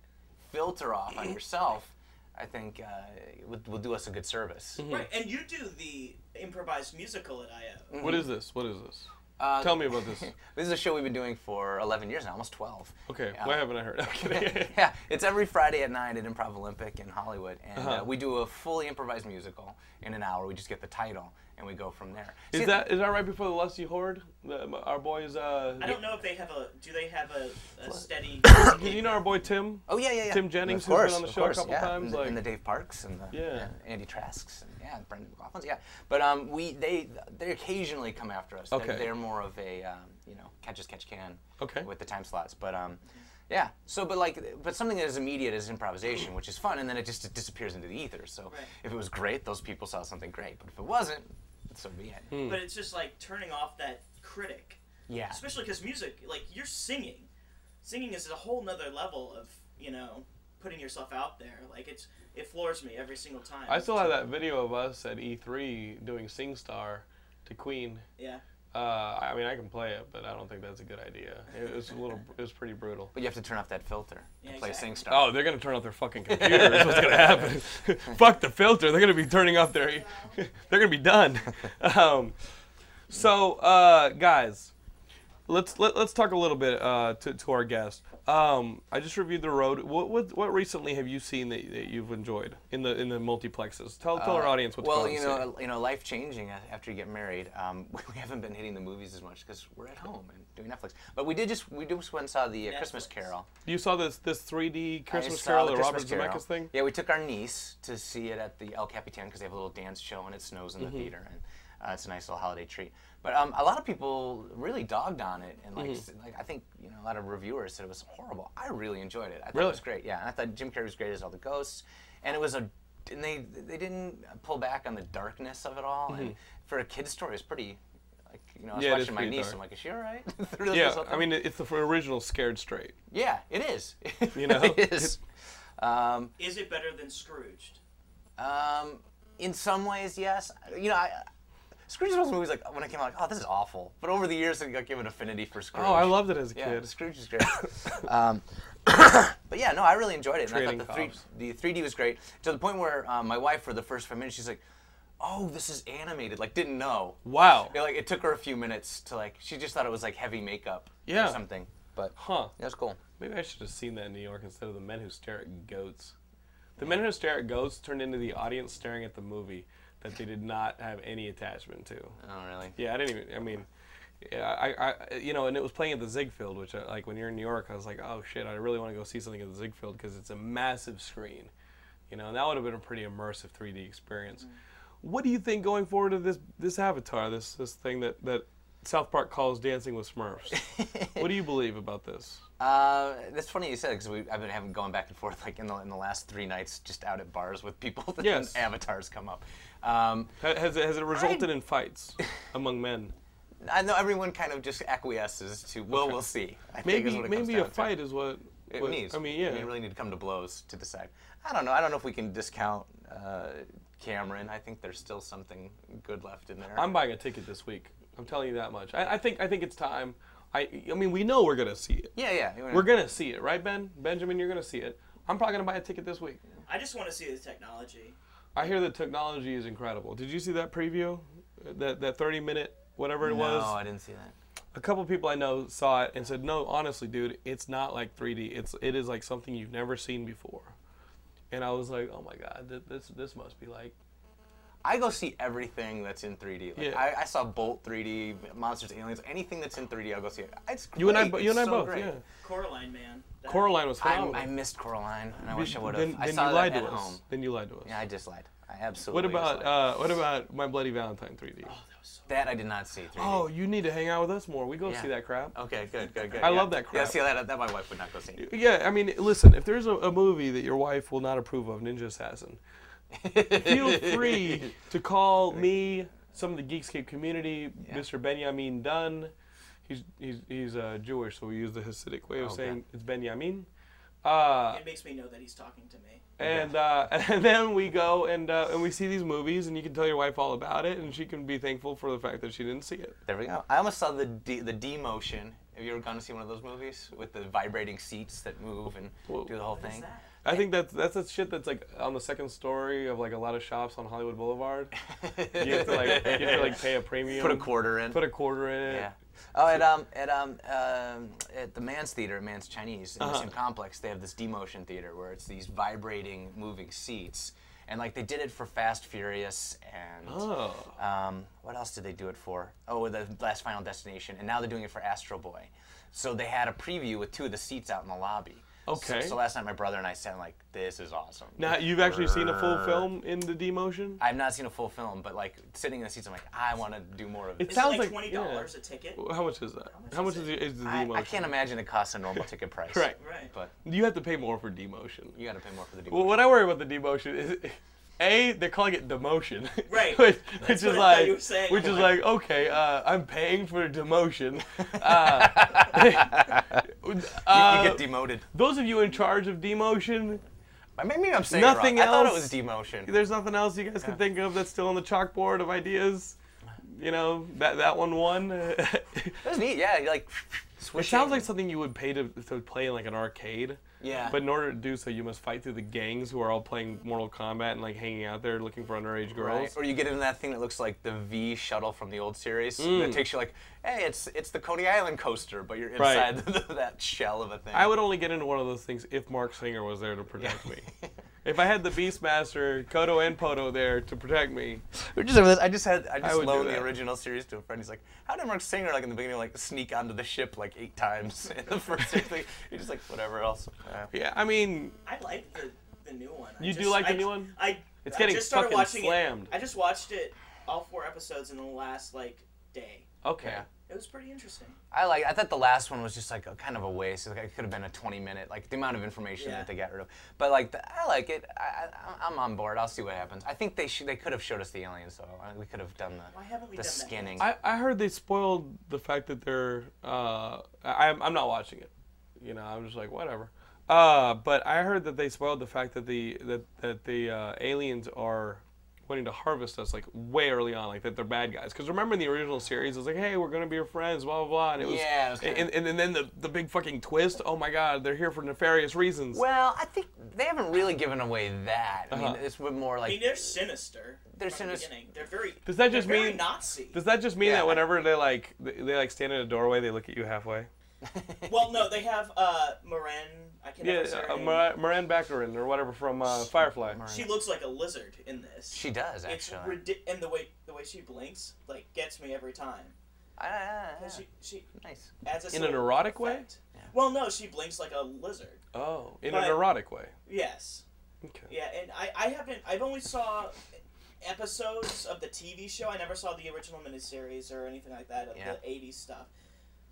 Speaker 2: filter off on yourself, I think uh, would, will do us a good service.
Speaker 1: Mm-hmm.
Speaker 3: Right, and you do the improvised musical at IO.
Speaker 2: Mm.
Speaker 1: What is this? What is this? Tell me about this.
Speaker 2: This is a show we've been doing for 11 years now, almost 12.
Speaker 1: Okay,
Speaker 2: Yeah.
Speaker 1: why haven't I heard? I'm kidding.
Speaker 2: yeah, it's every Friday at night at Improv Olympic in Hollywood, and
Speaker 1: Uh-huh.
Speaker 2: uh, we do a fully improvised musical in an hour. We just get the title and we go from there. See,
Speaker 1: Is that is that right before the Lusty Horde? The, our boy is uh.
Speaker 3: I don't know if they have a. Do they have a, a steady?
Speaker 1: You know our boy Tim.
Speaker 2: Oh yeah, yeah, yeah.
Speaker 1: Tim Jennings,
Speaker 2: of
Speaker 1: who's been
Speaker 2: course,
Speaker 1: on the
Speaker 2: of
Speaker 1: show a
Speaker 2: course,
Speaker 1: couple
Speaker 2: yeah.
Speaker 1: times,
Speaker 2: and the,
Speaker 1: like-
Speaker 2: and the Dave Parks and the
Speaker 1: Yeah.
Speaker 2: and Andy Trasks and yeah, Brendan McLaughlin's yeah. But um, we they they occasionally come after us. They're-
Speaker 1: Okay.
Speaker 2: They're, more of a um, you know catch as catch can.
Speaker 1: Okay.
Speaker 2: With the time slots, but um, yeah. So but like but something that is immediate is improvisation, which is fun, and then it just disappears into the ether. So
Speaker 3: Right.
Speaker 2: if it was great, those people saw something great. But if it wasn't, so be it.
Speaker 1: Hmm.
Speaker 3: but it's just like turning off that critic,
Speaker 2: Yeah.
Speaker 3: especially because music, like you're singing. Singing is a whole nother level of you know putting yourself out there. Like it's it floors me every single time.
Speaker 1: I still have that video of us at E3 doing SingStar to Queen.
Speaker 3: yeah.
Speaker 1: Uh, I mean, I can play it, but I don't think that's a good idea. It was a little, it was pretty brutal.
Speaker 2: But you have to turn off that filter and
Speaker 3: Yeah,
Speaker 2: play
Speaker 3: exactly.
Speaker 2: SingStar.
Speaker 1: Oh, they're gonna turn off their fucking computer. That's what's gonna happen. Fuck the filter. They're gonna be turning off their. they're gonna be done. Um, so, uh, guys, let's let, let's talk a little bit uh, to to our guest. Um, I just reviewed the road. What what, what recently have you seen that, that you've enjoyed in the in the multiplexes? Tell tell our audience what's
Speaker 2: Uh, well,
Speaker 1: going
Speaker 2: you
Speaker 1: on.
Speaker 2: know, you know, life changing after you get married. Um, we haven't been hitting the movies as much because we're at home and doing Netflix. But we did just we just went and saw the uh, Christmas
Speaker 3: Netflix.
Speaker 2: Carol.
Speaker 1: you saw this this 3D
Speaker 2: I
Speaker 1: Christmas
Speaker 2: saw
Speaker 1: Carol,
Speaker 2: the
Speaker 1: the Robert
Speaker 2: Christmas Carol.
Speaker 1: Zemeckis thing.
Speaker 2: Yeah, we took our niece to see it at the El Capitan because they have a little dance show and it snows
Speaker 1: Mm-hmm.
Speaker 2: in the theater and. Uh, it's a nice little holiday treat, but um, a lot of people really dogged on it, and like,
Speaker 1: Mm-hmm.
Speaker 2: s- like I think you know a lot of reviewers said it was horrible. I really enjoyed it. I thought
Speaker 1: Really?
Speaker 2: it was great. Yeah, and I thought Jim Carrey was great as all the ghosts, and it was a and they they didn't pull back on the darkness of it all. And for a kid's story, it's pretty. Like you know, I
Speaker 1: Mm-hmm.
Speaker 2: was
Speaker 1: Yeah, it is
Speaker 2: watching my
Speaker 1: pretty
Speaker 2: niece.
Speaker 1: dark.
Speaker 2: I'm like, is she all right? Through this
Speaker 1: Yeah,
Speaker 2: whole
Speaker 1: I
Speaker 2: thing.
Speaker 1: mean, it's the original Scared Straight.
Speaker 2: yeah, it is. It
Speaker 1: You know?
Speaker 2: really is. Um,
Speaker 3: Is it better than Scrooged?
Speaker 2: Um, in some ways, yes. You know, I, Scrooge was one of those movies like when I came out, like, oh, this is awful. But over the years, I got given affinity for Scrooge.
Speaker 1: Oh, I loved it as a
Speaker 2: Yeah,
Speaker 1: kid.
Speaker 2: Scrooge is great. um, but yeah, no, I really enjoyed it. And I
Speaker 1: Trading
Speaker 2: thought the three,
Speaker 1: Cops.
Speaker 2: the 3D was great to the point where um, my wife, for the first five minutes, she's like, "Oh, this is animated." Like, didn't know.
Speaker 1: Wow.
Speaker 2: Yeah, like it took her a few minutes to like. She just thought it was like heavy makeup
Speaker 1: Yeah.
Speaker 2: or something. But
Speaker 1: Huh.
Speaker 2: that was cool.
Speaker 1: Maybe I should have seen that in New York instead of the men who stare at goats. The men who stare at goats turned into the audience staring at the movie that they did not have any attachment to.
Speaker 2: Oh, really?
Speaker 1: Yeah, I didn't even. I mean, Yeah, I, I, you know, and it was playing at the Ziegfeld, which, I, like, when you're in New York, I was like, oh shit, I really want to go see something at the Ziegfeld because it's a massive screen, you know, and that would have been a pretty immersive 3D experience. What do you think going forward of this this avatar, this this thing that that South Park calls Dancing with Smurfs? what do you believe about this?
Speaker 2: Uh, that's funny you said because I've been having going back and forth like in the in the last three nights, just out at bars with people. that
Speaker 1: Yes.
Speaker 2: avatars come up. Um,
Speaker 1: Ha- Has it, has it resulted in fights among men?
Speaker 2: I know everyone kind of just acquiesces to. Well, we'll see. I think is
Speaker 1: Maybe
Speaker 2: what it comes
Speaker 1: maybe a
Speaker 2: down to.
Speaker 1: fight is what.
Speaker 2: It
Speaker 1: what-
Speaker 2: needs.
Speaker 1: I mean, yeah.
Speaker 2: We really need to come to blows to decide. I don't know. I don't know if we can discount uh, Cameron. I think there's still something good left in there.
Speaker 1: I'm buying a ticket this week. I'm telling you that much. I, I think I think it's time. I I mean, we know we're gonna see it.
Speaker 2: yeah, yeah.
Speaker 1: We're gonna see it, right, Ben? Benjamin, you're gonna see it. I'm probably gonna buy a ticket this week.
Speaker 3: I just want to see the technology.
Speaker 1: I hear the technology is incredible. Did you see that preview? That that 30 minute whatever it
Speaker 2: No,
Speaker 1: was.
Speaker 2: I didn't see that.
Speaker 1: a couple people I know saw it and said, "No, honestly, dude, it's not like 3D. It's it is like something you've never seen before." And I was like, "Oh my god, th- this this must be like
Speaker 2: I go see everything that's in 3D. Like,
Speaker 1: Yeah.
Speaker 2: I, I saw Bolt 3D, Monsters, Aliens, anything that's in 3D. I'll go see it. It's great.
Speaker 1: you and I, bo- you
Speaker 2: It's
Speaker 1: and I
Speaker 2: so
Speaker 1: both,
Speaker 2: great.
Speaker 1: yeah."
Speaker 3: Coraline, man. That-
Speaker 1: Coraline was
Speaker 2: I,
Speaker 1: phenomenal.
Speaker 2: I missed Coraline, and I wish I would have.
Speaker 1: Then,
Speaker 2: I
Speaker 1: then
Speaker 2: saw
Speaker 1: you
Speaker 2: that
Speaker 1: lied
Speaker 2: at
Speaker 1: to us.
Speaker 2: home.
Speaker 1: Then you lied to us.
Speaker 2: Yeah, I just lied. I
Speaker 1: what
Speaker 2: absolutely.
Speaker 1: about
Speaker 2: just lied.
Speaker 1: uh, what about My Bloody Valentine 3D?
Speaker 3: Oh, that was so
Speaker 2: that? I did not see 3D.
Speaker 1: Oh, you need to hang out with us more. We go
Speaker 2: Yeah.
Speaker 1: see that crap.
Speaker 2: Okay, good, good, good.
Speaker 1: I
Speaker 2: yeah.
Speaker 1: love that
Speaker 2: Yeah,
Speaker 1: crap.
Speaker 2: see that, that my wife would not go see.
Speaker 1: Yeah, I mean, listen, if there's a, a movie that your wife will not approve of, Ninja Assassin, feel free to call me, some of the Geekscape community, Mr. Benjamin Dunn. He's, he's, he's uh, Jewish, so we use the Hasidic way of
Speaker 2: Okay.
Speaker 1: saying it's Benjamin. Uh,
Speaker 3: It makes me know that he's talking to me.
Speaker 1: and uh, and then we go and uh, and we see these movies, and you can tell your wife all about it, and she can be thankful for the fact that she didn't see it.
Speaker 2: There we go. I almost saw the D, the D motion. Have you ever gone to see one of those movies with the vibrating seats that move and
Speaker 1: Whoa.
Speaker 2: do the whole
Speaker 3: What is
Speaker 2: thing?
Speaker 3: that?
Speaker 1: I think that's that's the shit that's like on the second story of like a lot of shops on Hollywood Boulevard. You have to like you have to like pay a premium.
Speaker 2: Put a quarter in.
Speaker 1: Put a quarter in it.
Speaker 2: yeah. Oh, at um at um um at the Man's Theater, at Man's Chinese,
Speaker 1: Uh-huh.
Speaker 2: in the same complex, they have this D motion theater where it's these vibrating, moving seats, and like they did it for Fast Furious and.
Speaker 1: Oh.
Speaker 2: Um, what else did they do it for? Oh, the last Final Destination, and now they're doing it for Astro Boy. So they had a preview with two of the seats out in the lobby. So-
Speaker 1: Okay.
Speaker 2: So, last night, my brother and I said, like, this is awesome.
Speaker 1: Now you've actually seen a full film in the D motion.
Speaker 2: I've not seen a full film, but like sitting in the seats, I'm like, I want to do more of
Speaker 1: It
Speaker 2: this.
Speaker 3: Is
Speaker 1: sounds
Speaker 3: it like
Speaker 1: like-
Speaker 3: twenty
Speaker 1: yeah.
Speaker 3: dollars a ticket?
Speaker 1: How much is that?
Speaker 3: much
Speaker 1: How much
Speaker 3: is
Speaker 1: is, the- is the
Speaker 2: I,
Speaker 1: D motion?
Speaker 2: I can't imagine it costs a normal ticket price.
Speaker 1: Right.
Speaker 3: Right.
Speaker 2: But
Speaker 1: You have to pay more for D motion.
Speaker 2: you got to pay more for the
Speaker 1: Well,
Speaker 2: DVD.
Speaker 1: what I worry about the D motion is, a they're calling it demotion,
Speaker 3: Right.
Speaker 1: which,
Speaker 3: That's
Speaker 1: which is
Speaker 3: what I thought
Speaker 1: like,
Speaker 3: you were saying.
Speaker 1: which is like, okay, uh, I'm paying for demotion. Uh,
Speaker 2: you, you
Speaker 1: uh,
Speaker 2: get demoted.
Speaker 1: those of you in charge of demotion,
Speaker 2: Maybe I'm saying it
Speaker 1: nothing
Speaker 2: wrong. I thought it
Speaker 1: else.
Speaker 2: was demotion.
Speaker 1: there's nothing else you guys can think of that's still on the chalkboard of ideas. You know that that one won.
Speaker 2: That was neat. Yeah, you like
Speaker 1: It
Speaker 2: swishing.
Speaker 1: sounds like something you would pay to, to play in like an arcade.
Speaker 2: Yeah.
Speaker 1: But in order to do so, you must fight through the gangs who are all playing Mortal Kombat and like hanging out there looking for underage
Speaker 2: Right?
Speaker 1: girls.
Speaker 2: Or you get in that thing that looks like the V shuttle from the old series
Speaker 1: Mm.
Speaker 2: that takes you like, hey, it's it's the Coney Island coaster, but you're
Speaker 1: Right.
Speaker 2: inside that shell of a thing.
Speaker 1: I would only get into one of those things if Mark Singer was there to protect me. If I had the Beastmaster, Kodo and Poto there to protect me,
Speaker 2: We were just over this. I just had I just
Speaker 1: would do
Speaker 2: loaned the
Speaker 1: that.
Speaker 2: original series to a friend. He's like, how did Mark Singer like in the beginning like sneak onto the ship like eight times in the first series? Like, He's just like whatever else. Uh,
Speaker 1: yeah, I mean,
Speaker 3: I like the, the new one. I
Speaker 1: You do
Speaker 3: just-
Speaker 1: like the
Speaker 3: I-
Speaker 1: new one?
Speaker 3: I
Speaker 1: It's
Speaker 3: I
Speaker 1: getting
Speaker 3: just started
Speaker 1: fucking
Speaker 3: watching it-
Speaker 1: slammed.
Speaker 3: I just watched it all four episodes in the last like day.
Speaker 1: okay.
Speaker 2: Yeah.
Speaker 3: It was pretty interesting.
Speaker 2: I like. I thought the last one was just like a, kind of a waste. Like it could have been a 20 minute. Like the amount of information
Speaker 3: Yeah.
Speaker 2: that they got rid of. But like, the, I like it. I, I, I'm on board. I'll see what happens. I think they should. They could have showed us the aliens though. I- We could have done the
Speaker 3: Why haven't we
Speaker 2: the
Speaker 3: done that?
Speaker 2: skinning.
Speaker 1: I, I heard they spoiled the fact that they're. Uh, I, I'm I'm not watching it. You know, I'm just like whatever. Uh, but I heard that they spoiled the fact that the that that the uh, aliens are wanting to harvest us like way early on, like that they're bad guys. Because remember in the original series, it was like, hey, we're gonna be your friends, blah blah blah, and it was
Speaker 2: Yeah, it was kinda-
Speaker 1: and, and, and then the the big fucking twist. Oh my god, they're here for nefarious reasons.
Speaker 2: well, I think they haven't really given away that. I mean, it's been more
Speaker 3: I
Speaker 2: like
Speaker 3: mean, they're sinister.
Speaker 2: They're
Speaker 3: from the
Speaker 2: sinis-
Speaker 3: beginning. They're very.
Speaker 1: Does that just
Speaker 3: they're very
Speaker 1: mean-
Speaker 3: Nazi?
Speaker 1: Does that just mean
Speaker 2: Yeah.
Speaker 1: that whenever they like they, they like stand in a doorway, they look at you halfway?
Speaker 3: well, no, they have uh, Moran. I can't
Speaker 1: Yeah,
Speaker 3: remember her
Speaker 1: uh,
Speaker 3: name.
Speaker 1: Moran Moran Baccarin or whatever from uh, Firefly.
Speaker 3: She looks like a lizard in this.
Speaker 2: she does
Speaker 3: it's
Speaker 2: actually.
Speaker 3: ridi- and the way the way she blinks like gets me every time.
Speaker 2: Ah, ah, ah,
Speaker 3: She, she
Speaker 2: nice.
Speaker 3: adds a
Speaker 1: In an
Speaker 3: sort of
Speaker 1: erotic way?
Speaker 3: effect. Well, no, she blinks like a lizard.
Speaker 1: Oh, in
Speaker 3: But-
Speaker 1: an erotic way.
Speaker 3: Yes.
Speaker 1: Okay.
Speaker 3: Yeah, and I, I haven't. I've only saw episodes of the TV show. I never saw the original miniseries or anything like that of
Speaker 2: Yeah.
Speaker 3: the '80s stuff.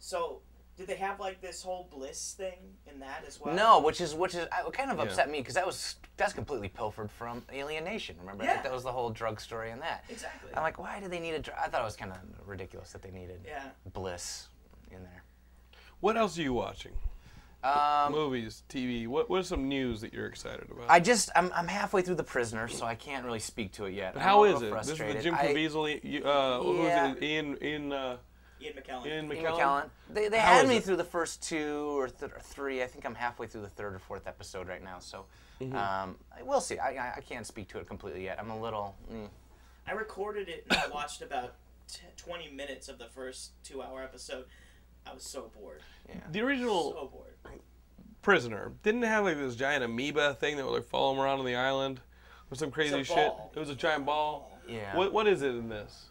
Speaker 3: So, did they have like this whole bliss thing in that as well?
Speaker 2: No, which is which is I, it kind of
Speaker 1: Yeah.
Speaker 2: upset me because that was that's completely pilfered from Alienation. Remember,
Speaker 3: Yeah.
Speaker 2: like, that was the whole drug story and that.
Speaker 3: Exactly.
Speaker 2: I'm like, why did they need a drug? I thought it was kind of ridiculous that they needed
Speaker 3: Yeah.
Speaker 2: bliss in there.
Speaker 1: What else are you watching?
Speaker 2: Um,
Speaker 1: Movies, TV. What What are some news that you're excited about?
Speaker 2: I just I'm, I'm halfway through The Prisoner, so I can't really speak to it yet.
Speaker 1: But
Speaker 2: I'm
Speaker 1: How
Speaker 2: a
Speaker 1: is
Speaker 2: little
Speaker 1: it? This is
Speaker 2: Frustrated.
Speaker 1: the Jim
Speaker 2: I-
Speaker 1: Caviezel. you- Uh, who's
Speaker 2: Yeah.
Speaker 1: it? Ian Ian uh,
Speaker 3: Ian McKellen.
Speaker 1: Ian McKellen.
Speaker 2: Ian McKellen. They, they
Speaker 1: How
Speaker 2: had
Speaker 1: is
Speaker 2: me
Speaker 1: it?
Speaker 2: through the first two or, th- or three. I think I'm halfway through the third or fourth episode right now, so
Speaker 1: Mm-hmm.
Speaker 2: um, I- we'll see. I, I, I can't speak to it completely yet. I'm a little. Mm.
Speaker 3: I recorded it and I watched about t- 20 minutes of the first two-hour episode. I was so bored.
Speaker 1: The original
Speaker 3: So bored.
Speaker 1: prisoner didn't it have like this giant amoeba thing that would like follow him around on the island or some crazy shit.
Speaker 3: ball.
Speaker 1: It was a giant ball.
Speaker 2: Yeah.
Speaker 1: What What is it in this?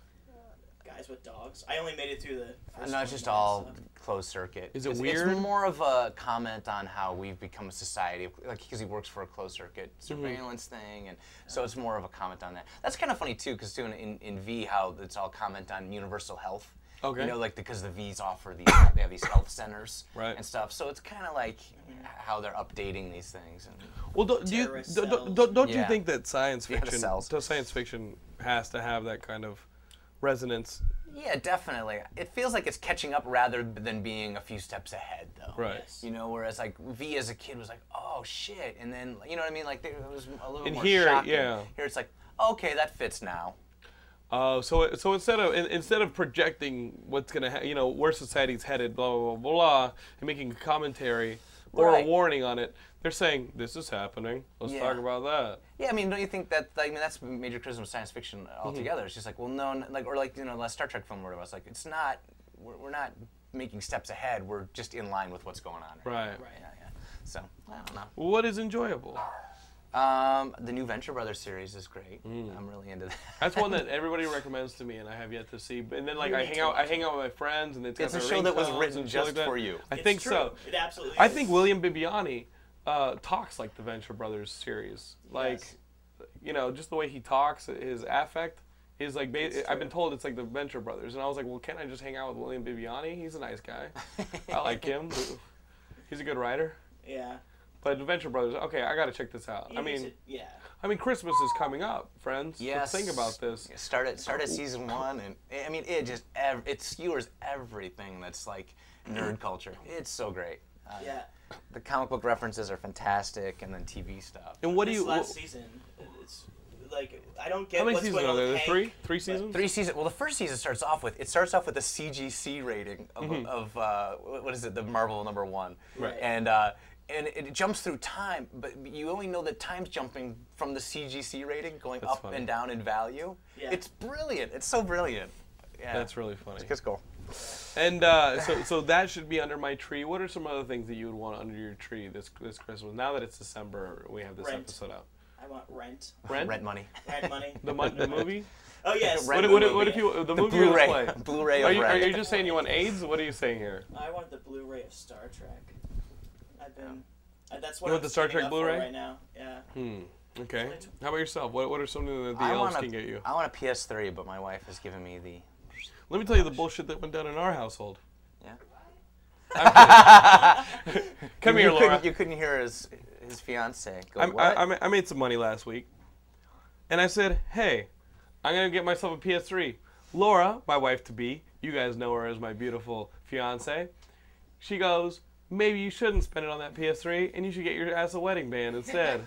Speaker 3: Guys with dogs. I only made it through the. First
Speaker 2: No, it's just
Speaker 3: one,
Speaker 2: all
Speaker 3: so-
Speaker 2: closed circuit.
Speaker 1: Is it
Speaker 2: it's,
Speaker 1: weird?
Speaker 2: It's more of a comment on how we've become a society, like because he works for a closed circuit
Speaker 1: Mm-hmm.
Speaker 2: surveillance thing, and so it's more of a comment on that. That's kind of funny too, because too in, in, in V how it's all comment on universal health.
Speaker 1: Okay.
Speaker 2: You know, like because the V's offer these, they have these health centers
Speaker 1: Right.
Speaker 2: and stuff. So it's kind of like how they're updating these things. And
Speaker 1: Well, do, do you
Speaker 3: Terrorist
Speaker 1: do, do,
Speaker 3: cells.
Speaker 1: do, don't you
Speaker 2: Yeah.
Speaker 1: think that science
Speaker 2: Yeah, the
Speaker 1: fiction
Speaker 2: cells.
Speaker 1: does science fiction has to have that kind of resonance?
Speaker 2: yeah, definitely. It feels like it's catching up rather than being a few steps ahead, though.
Speaker 1: Right.
Speaker 3: Yes.
Speaker 2: You know, whereas like V as a kid was like, oh shit, and then you know what I mean? Like there it was a little
Speaker 1: And
Speaker 2: more
Speaker 1: here,
Speaker 2: shocking.
Speaker 1: yeah.
Speaker 2: Here it's like, okay, that fits now.
Speaker 1: Uh, so it- so instead of in, instead of projecting what's gonna ha- you know where society's headed, blah blah blah blah, and making a commentary or
Speaker 2: Right.
Speaker 1: a warning on it, they're saying this is happening. Let's
Speaker 2: Yeah.
Speaker 1: talk about that.
Speaker 2: Yeah, I mean, don't you think that? I mean, that's a major criticism of science fiction
Speaker 1: Mm-hmm.
Speaker 2: altogether. It's just like, well, no, n- like or like you know, last Star Trek film where it was like, it's not, we're, we're not making steps ahead. We're just in line with what's going on.
Speaker 1: Right.
Speaker 3: Right.
Speaker 2: Yeah, yeah. So I don't know.
Speaker 1: What is enjoyable?
Speaker 2: Um, the new Venture Brothers series is great.
Speaker 1: Mm.
Speaker 2: I'm really into that.
Speaker 1: That's one that everybody recommends to me, and I have yet to see. And then like
Speaker 3: You
Speaker 1: I
Speaker 3: need
Speaker 1: hang
Speaker 3: to
Speaker 1: out, I
Speaker 3: watch
Speaker 1: hang out with my friends, and it's, got
Speaker 2: It's a
Speaker 1: their
Speaker 2: show that was
Speaker 1: ringtones
Speaker 2: written
Speaker 1: and shit like
Speaker 2: just
Speaker 1: that.
Speaker 2: for you.
Speaker 1: I
Speaker 3: It's
Speaker 1: think
Speaker 3: true.
Speaker 1: so.
Speaker 3: It absolutely.
Speaker 1: I
Speaker 3: is.
Speaker 1: think William Bibiani uh, talks like the Venture Brothers series. Like,
Speaker 3: Yes.
Speaker 1: you know, just the way he talks, his affect is like.
Speaker 3: It's
Speaker 1: Ba- I've been
Speaker 3: true.
Speaker 1: told it's like the Venture Brothers, and I was like, well, can't I just hang out with William Bibiani? He's a nice guy. I like him. He's a good writer.
Speaker 3: Yeah.
Speaker 1: But the Venture Brothers, okay, I gotta check this out. I
Speaker 3: You
Speaker 1: mean,
Speaker 3: need to- yeah.
Speaker 1: I mean, Christmas is coming up, friends.
Speaker 2: Yes.
Speaker 1: Let's think about this.
Speaker 2: Yeah, Start at start at season one, and I mean it just ev- it skewers everything that's like
Speaker 1: Mm-hmm.
Speaker 2: nerd culture. It's so great. Uh,
Speaker 3: Yeah.
Speaker 2: The comic book references are fantastic, and then TV stuff.
Speaker 1: And what do
Speaker 3: this
Speaker 1: you?
Speaker 3: last season, it's like I don't get
Speaker 1: How many
Speaker 3: what's
Speaker 1: seasons
Speaker 3: going
Speaker 1: are
Speaker 3: on
Speaker 1: there?
Speaker 3: with
Speaker 1: There's three,
Speaker 3: Hank,
Speaker 1: three
Speaker 3: but-
Speaker 1: seasons.
Speaker 2: Three seasons. Well, the first season starts off with it starts off with a CGC rating of,
Speaker 1: Mm-hmm.
Speaker 2: of uh, wh- what is it? The Marvel number one.
Speaker 3: Right.
Speaker 2: And uh, and it jumps through time, but you only know that time's jumping from the CGC rating going
Speaker 1: That's
Speaker 2: up
Speaker 1: funny.
Speaker 2: and down in value.
Speaker 3: Yeah.
Speaker 2: It's brilliant. It's so brilliant. Yeah.
Speaker 1: That's really funny.
Speaker 2: It's cool.
Speaker 1: And uh, so, so that should be under my tree. What are some other things that you would want under your tree this this Christmas? Now that it's December, we have this
Speaker 3: Rent.
Speaker 1: episode out.
Speaker 3: I want rent.
Speaker 1: Rent,
Speaker 2: Rent money.
Speaker 3: Rent money.
Speaker 1: the, mon- the movie.
Speaker 3: Oh yes.
Speaker 2: Rent
Speaker 1: What,
Speaker 2: The
Speaker 1: if- what, if-
Speaker 2: movie.
Speaker 1: what if you the, movie
Speaker 2: Blu-ray.
Speaker 1: Or the play?
Speaker 2: Blu-ray
Speaker 1: Are
Speaker 2: of
Speaker 1: you, are
Speaker 2: Rent.
Speaker 1: you just saying you want AIDS? What are you saying here?
Speaker 3: I want the Blu-ray of Star Trek. I've been. I- that's what
Speaker 1: You want
Speaker 3: I'm
Speaker 1: the Star
Speaker 3: saving
Speaker 1: Trek
Speaker 3: up for
Speaker 1: Blu-ray? Hmm.
Speaker 3: right now. Yeah.
Speaker 1: Okay. How about yourself? What, what are some of the
Speaker 2: I
Speaker 1: elves
Speaker 2: want a,
Speaker 1: can get you?
Speaker 2: I want a PS3, but my wife has given me the.
Speaker 1: Let me tell you the bullshit that went down in our household.
Speaker 2: Yeah.
Speaker 1: Come here,
Speaker 2: you
Speaker 1: Laura.
Speaker 2: Couldn't, you couldn't hear his his fiance. Go,
Speaker 1: I'm,
Speaker 2: what?
Speaker 1: I, I ma- I made some money last week, and I said, "Hey, I'm gonna get myself a PS3." Laura, my wife to be, you guys know her as my beautiful fiance. She goes, "Maybe you shouldn't spend it on that PS3, and you should get your ass a wedding band instead."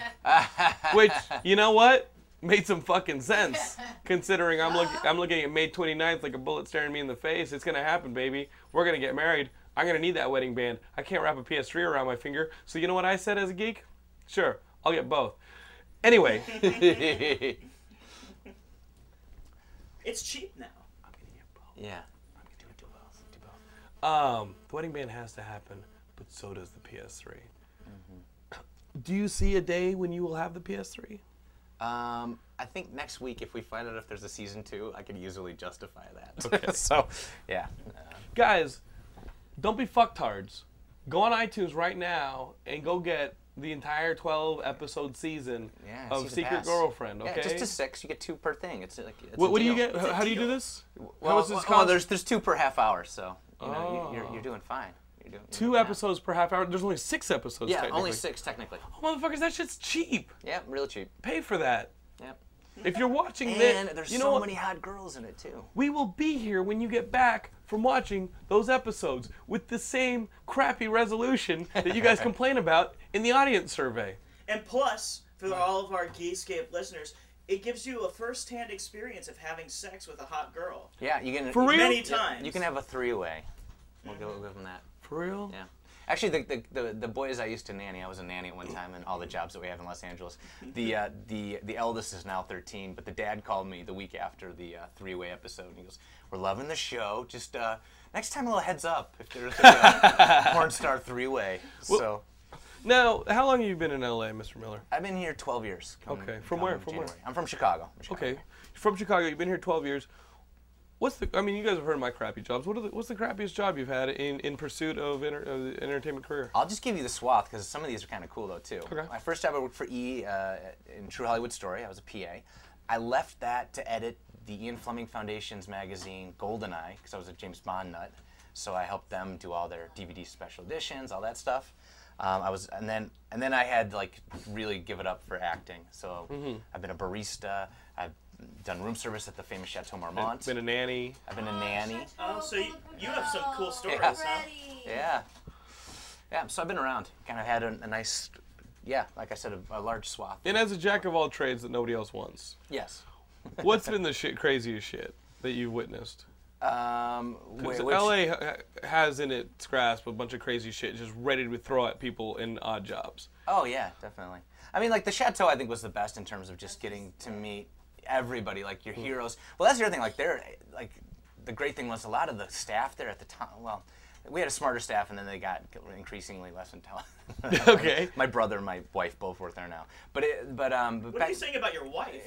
Speaker 1: Which, you know what, made some fucking sense considering I'm looking I'm looking at May 29th like a bullet staring me in the face. It's gonna happen, baby. We're gonna get married. I'm gonna need that wedding band. I can't wrap a PS3 around my finger. So you know what I said as a geek? Sure, I'll get both. Anyway,
Speaker 3: It's cheap now.
Speaker 2: yeah.
Speaker 1: um, the wedding band has to happen, but so does the PS3.
Speaker 2: Mm-hmm.
Speaker 1: Do you see a day when you will have the PS3?
Speaker 2: Um, I I think next week, if we find out if there's a season two, I could easily justify that. so, yeah.
Speaker 1: Guys, don't be fucktards. Go on iTunes right now and go get the entire 12 episode season
Speaker 2: Yeah,
Speaker 1: of
Speaker 2: season
Speaker 1: Secret
Speaker 2: pass.
Speaker 1: Girlfriend.
Speaker 2: Yeah,
Speaker 1: Okay.
Speaker 2: just to six, you get two per thing. It's like it's a
Speaker 1: what, what do you
Speaker 2: deal.
Speaker 1: get? How, how do you do this?
Speaker 2: Well,
Speaker 1: how much does this
Speaker 2: well,
Speaker 1: cost?
Speaker 2: there's there's two per half hour, so you know you, you're, you're doing fine. You're doing, you're
Speaker 1: two
Speaker 2: doing fine.
Speaker 1: episodes per half hour. There's only six episodes.
Speaker 2: Yeah,
Speaker 1: technically.
Speaker 2: only six technically.
Speaker 1: Motherfuckers, that shit's cheap.
Speaker 2: Yeah, real cheap.
Speaker 1: Pay for that.
Speaker 2: Yep.
Speaker 1: If you're watching
Speaker 2: And
Speaker 1: this,
Speaker 2: there's
Speaker 1: you
Speaker 2: so
Speaker 1: know what?
Speaker 2: many hot girls in it too.
Speaker 1: we will be here when you get back from watching those episodes with the same crappy resolution that you guys complain about in the audience survey.
Speaker 3: And plus,
Speaker 1: Hmm.
Speaker 3: for all of our Geekscape listeners, it gives you a first-hand experience of having sex with a hot girl.
Speaker 2: Yeah, you can.
Speaker 1: For real?
Speaker 3: Many
Speaker 1: Yeah,
Speaker 3: times.
Speaker 2: You can have a three-way. We'll go we'll give them that.
Speaker 1: For real?
Speaker 2: Yeah. Actually, the, the, the, the boys I used to nanny, I was a nanny at one time in all the jobs that we have in Los Angeles. The, uh, the, the eldest is now 13, but the dad called me the week after the uh, three way episode and he goes, We're loving the show. Just uh, next time, a little heads up if there's a uh, porn star three way. So
Speaker 1: Now, how long have you been in LA, Mr. Miller?
Speaker 2: I've been here 12 years. coming-
Speaker 1: Okay, from
Speaker 2: coming
Speaker 1: where? From where?
Speaker 2: January. I'm from Chicago. I'm Chicago.
Speaker 1: Okay, from Chicago, you've been here 12 years. What's the? I mean, you guys have heard of my crappy jobs. What are the, What's the crappiest job you've had in, in pursuit of, enter, of the entertainment career?
Speaker 2: I'll just give you the swath because some of these are kind of cool though too.
Speaker 1: Okay.
Speaker 2: My first job I worked for E uh, in True Hollywood Story. I was a PA. I left that to edit the Ian Fleming Foundation's magazine Goldeneye because I was a James Bond nut. So I helped them do all their DVD special editions, all that stuff. Um, I was and then and then I had like really give it up for acting. So
Speaker 1: Mm-hmm.
Speaker 2: I've been a barista. I've done room service at the famous Chateau Marmont.
Speaker 1: Been a nanny.
Speaker 2: I've been a nanny.
Speaker 3: Oh, so you, you have some cool stories,
Speaker 2: Yeah.
Speaker 3: huh?
Speaker 2: Yeah. Yeah, so I've been around. Kind of had a, a nice, yeah, like I said, a, a large swath.
Speaker 1: And as a jack of all trades that nobody else wants,
Speaker 2: yes.
Speaker 1: what's been the shit, craziest shit that you've witnessed?
Speaker 2: Um, wait,
Speaker 1: So
Speaker 2: which-
Speaker 1: LA ha- has in its grasp a bunch of crazy shit just ready to throw at people in odd jobs.
Speaker 2: Oh, yeah, definitely. I mean, like, the Chateau, I think, was the best in terms of just getting to meet everybody, like,
Speaker 1: Hmm.
Speaker 2: your heroes. Well, that's the other thing. Like, they're, like, the great thing was a lot of the staff there at the time, well, we had a smarter staff, and then they got increasingly less intelligent.
Speaker 1: Okay.
Speaker 2: my brother and my wife both work there now. But it, but um, but
Speaker 3: What are you saying about your wife?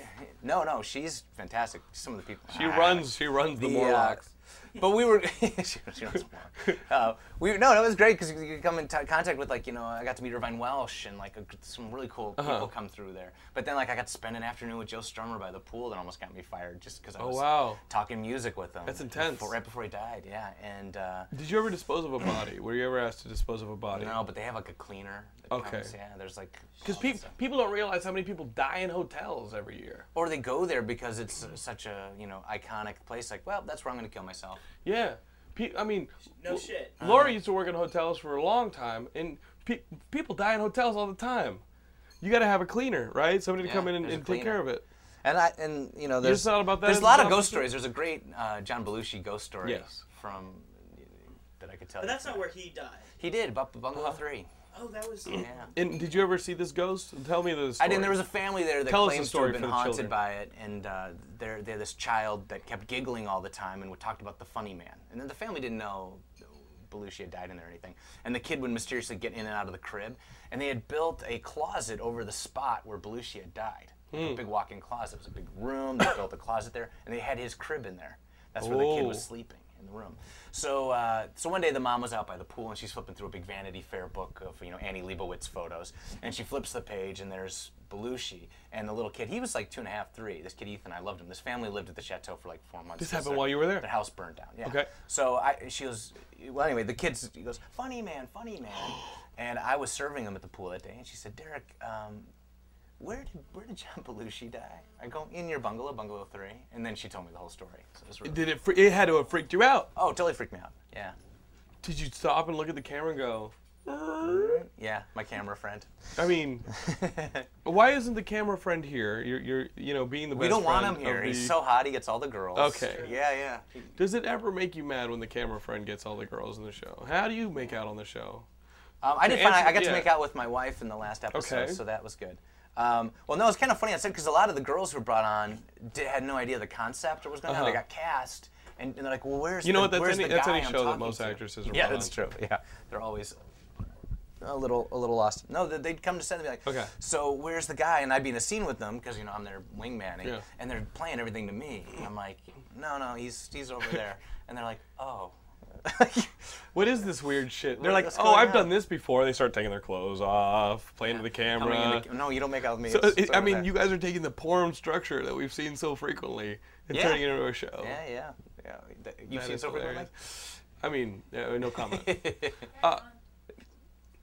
Speaker 2: No, no, she's fantastic. Some of the people.
Speaker 1: She runs. She runs the,
Speaker 2: the,
Speaker 1: Morlocks.
Speaker 2: uh, but we were. she, she runs the Morlocks. Uh, we no, that was great because you could come in t- contact with like you know I got to meet Irvine Welsh and like a, some really cool
Speaker 1: Uh-huh.
Speaker 2: people come through there. But then like I got to spend an afternoon with Joe Strummer by the pool that almost got me fired just because I was
Speaker 1: Oh, wow.
Speaker 2: talking music with him.
Speaker 1: That's intense.
Speaker 2: Before, right before he died, yeah. And uh,
Speaker 1: Did you ever dispose of a body? Were you ever asked to dispose of a body?
Speaker 2: no, but they have like a cleaner. That
Speaker 1: Okay.
Speaker 2: Comes, yeah, there's like
Speaker 1: Because people don't realize how many people die in hotels every year.
Speaker 2: or they go there because it's such a you know iconic place. Like, well, that's where I'm gonna kill myself.
Speaker 1: Yeah. Pe- I mean,
Speaker 3: No
Speaker 1: L-
Speaker 3: shit.
Speaker 2: Uh-huh.
Speaker 1: Laura used to work in hotels for a long time, and pe- people die in hotels all the time. You got to have a cleaner, right? Somebody to
Speaker 2: Yeah,
Speaker 1: come in and,
Speaker 2: there's a
Speaker 1: and take care of
Speaker 2: cleaner.
Speaker 1: it.
Speaker 2: And I and you know
Speaker 1: just
Speaker 2: there's
Speaker 1: thought about that
Speaker 2: There's
Speaker 1: as
Speaker 2: a
Speaker 1: a
Speaker 2: lot of
Speaker 1: job
Speaker 2: ghost
Speaker 1: description?
Speaker 2: stories. There's a great uh, John Belushi ghost story
Speaker 1: Yes.
Speaker 2: from that I could tell.
Speaker 3: But
Speaker 2: you.
Speaker 3: that's not where he died.
Speaker 2: he did. Bung- Bungalow Three.
Speaker 3: Oh, that was.
Speaker 2: Yeah.
Speaker 1: And did you ever see this ghost? Tell me the story.
Speaker 2: I didn't. There was a family there that
Speaker 1: Tell us the
Speaker 2: claims to
Speaker 1: story
Speaker 2: have been
Speaker 1: for the
Speaker 2: haunted
Speaker 1: children.
Speaker 2: by it, and uh, they're, they're this child that kept giggling all the time and would talked about the funny man. And then the family didn't know Belushi had died in there or anything. And the kid would mysteriously get in and out of the crib, and they had built a closet over the spot where Belushi had died. Like
Speaker 1: Hmm.
Speaker 2: A big walk-in closet. It was a big room. They built a closet there, and they had his crib in there. That's where the kid
Speaker 1: Oh.
Speaker 2: was sleeping in the room. So, uh, so one day the mom was out by the pool and she's flipping through a big Vanity Fair book of you know Annie Leibovitz photos, and she flips the page and there's Belushi and the little kid. He was like two and a half, three. This kid Ethan, I loved him. This family lived at the chateau for like four months.
Speaker 1: This
Speaker 2: Because
Speaker 1: happened
Speaker 2: their-
Speaker 1: while you were there?
Speaker 2: Their house burned down. Yeah.
Speaker 1: Okay.
Speaker 2: So I, she goes, well, anyway, the kids, he goes, funny man, funny man, and I was serving him at the pool that day, and she said, Derek. Um, where did where did John Belushi die? I go in your bungalow, bungalow three, and then she told me the whole story. So it was really
Speaker 1: Did it? Fre- it had to have freaked you out.
Speaker 2: Oh, totally freaked me out. Yeah.
Speaker 1: Did you stop and look at the camera and go? "Uh?"
Speaker 2: Yeah, my camera friend.
Speaker 1: I mean, why isn't the camera friend here? You're, you're you know, being the
Speaker 2: We
Speaker 1: best
Speaker 2: don't want him
Speaker 1: friend
Speaker 2: here.
Speaker 1: of the-
Speaker 2: He's so hot, he gets all the girls.
Speaker 1: Okay.
Speaker 2: Yeah, yeah.
Speaker 1: Does it ever make you mad when the camera friend gets all the girls in the show? How do you make out on the show?
Speaker 2: Um, I did find
Speaker 1: answer-
Speaker 2: I got
Speaker 1: yeah.
Speaker 2: to make out with my wife in the last episode,
Speaker 1: Okay.
Speaker 2: so that was good. Um, well, no, it's kind of funny. I said because a lot of the girls who were brought on did, had no idea the concept or what was going on. They
Speaker 1: Uh-huh.
Speaker 2: got cast, and, and they're like, "Well, where's
Speaker 1: You know
Speaker 2: the,
Speaker 1: what? That's
Speaker 2: where's
Speaker 1: any
Speaker 2: the
Speaker 1: that's
Speaker 2: guy
Speaker 1: any
Speaker 2: I'm
Speaker 1: show that
Speaker 2: talking
Speaker 1: most
Speaker 2: to?"
Speaker 1: actresses are
Speaker 2: Yeah,
Speaker 1: on.
Speaker 2: that's true. Yeah, they're always. a little a little lost. No, th- they'd come to set and be like,
Speaker 1: Okay.
Speaker 2: so where's the guy? And I'd be in a scene with them because you know I'm their wingman, and,
Speaker 1: Yeah.
Speaker 2: and they're playing everything to me. And I'm like, no, no, he's he's over there, and they're like, oh.
Speaker 1: What is this weird shit? They're
Speaker 2: What-
Speaker 1: like,
Speaker 2: what's
Speaker 1: oh,
Speaker 2: going
Speaker 1: I've
Speaker 2: on?"
Speaker 1: done this before. They start taking their clothes off, playing with the
Speaker 2: Coming in
Speaker 1: camera.
Speaker 2: the- no, you don't make out with me.
Speaker 1: So,
Speaker 2: It's
Speaker 1: it- I
Speaker 2: over
Speaker 1: mean,
Speaker 2: there.
Speaker 1: you guys are taking the porn structure that we've seen so frequently and
Speaker 2: Yeah.
Speaker 1: turning it into a show.
Speaker 2: Yeah, yeah, yeah. Th- You've
Speaker 1: That
Speaker 2: seen
Speaker 1: is
Speaker 2: so frequently.
Speaker 1: hilarious. I mean, yeah, no comment. uh,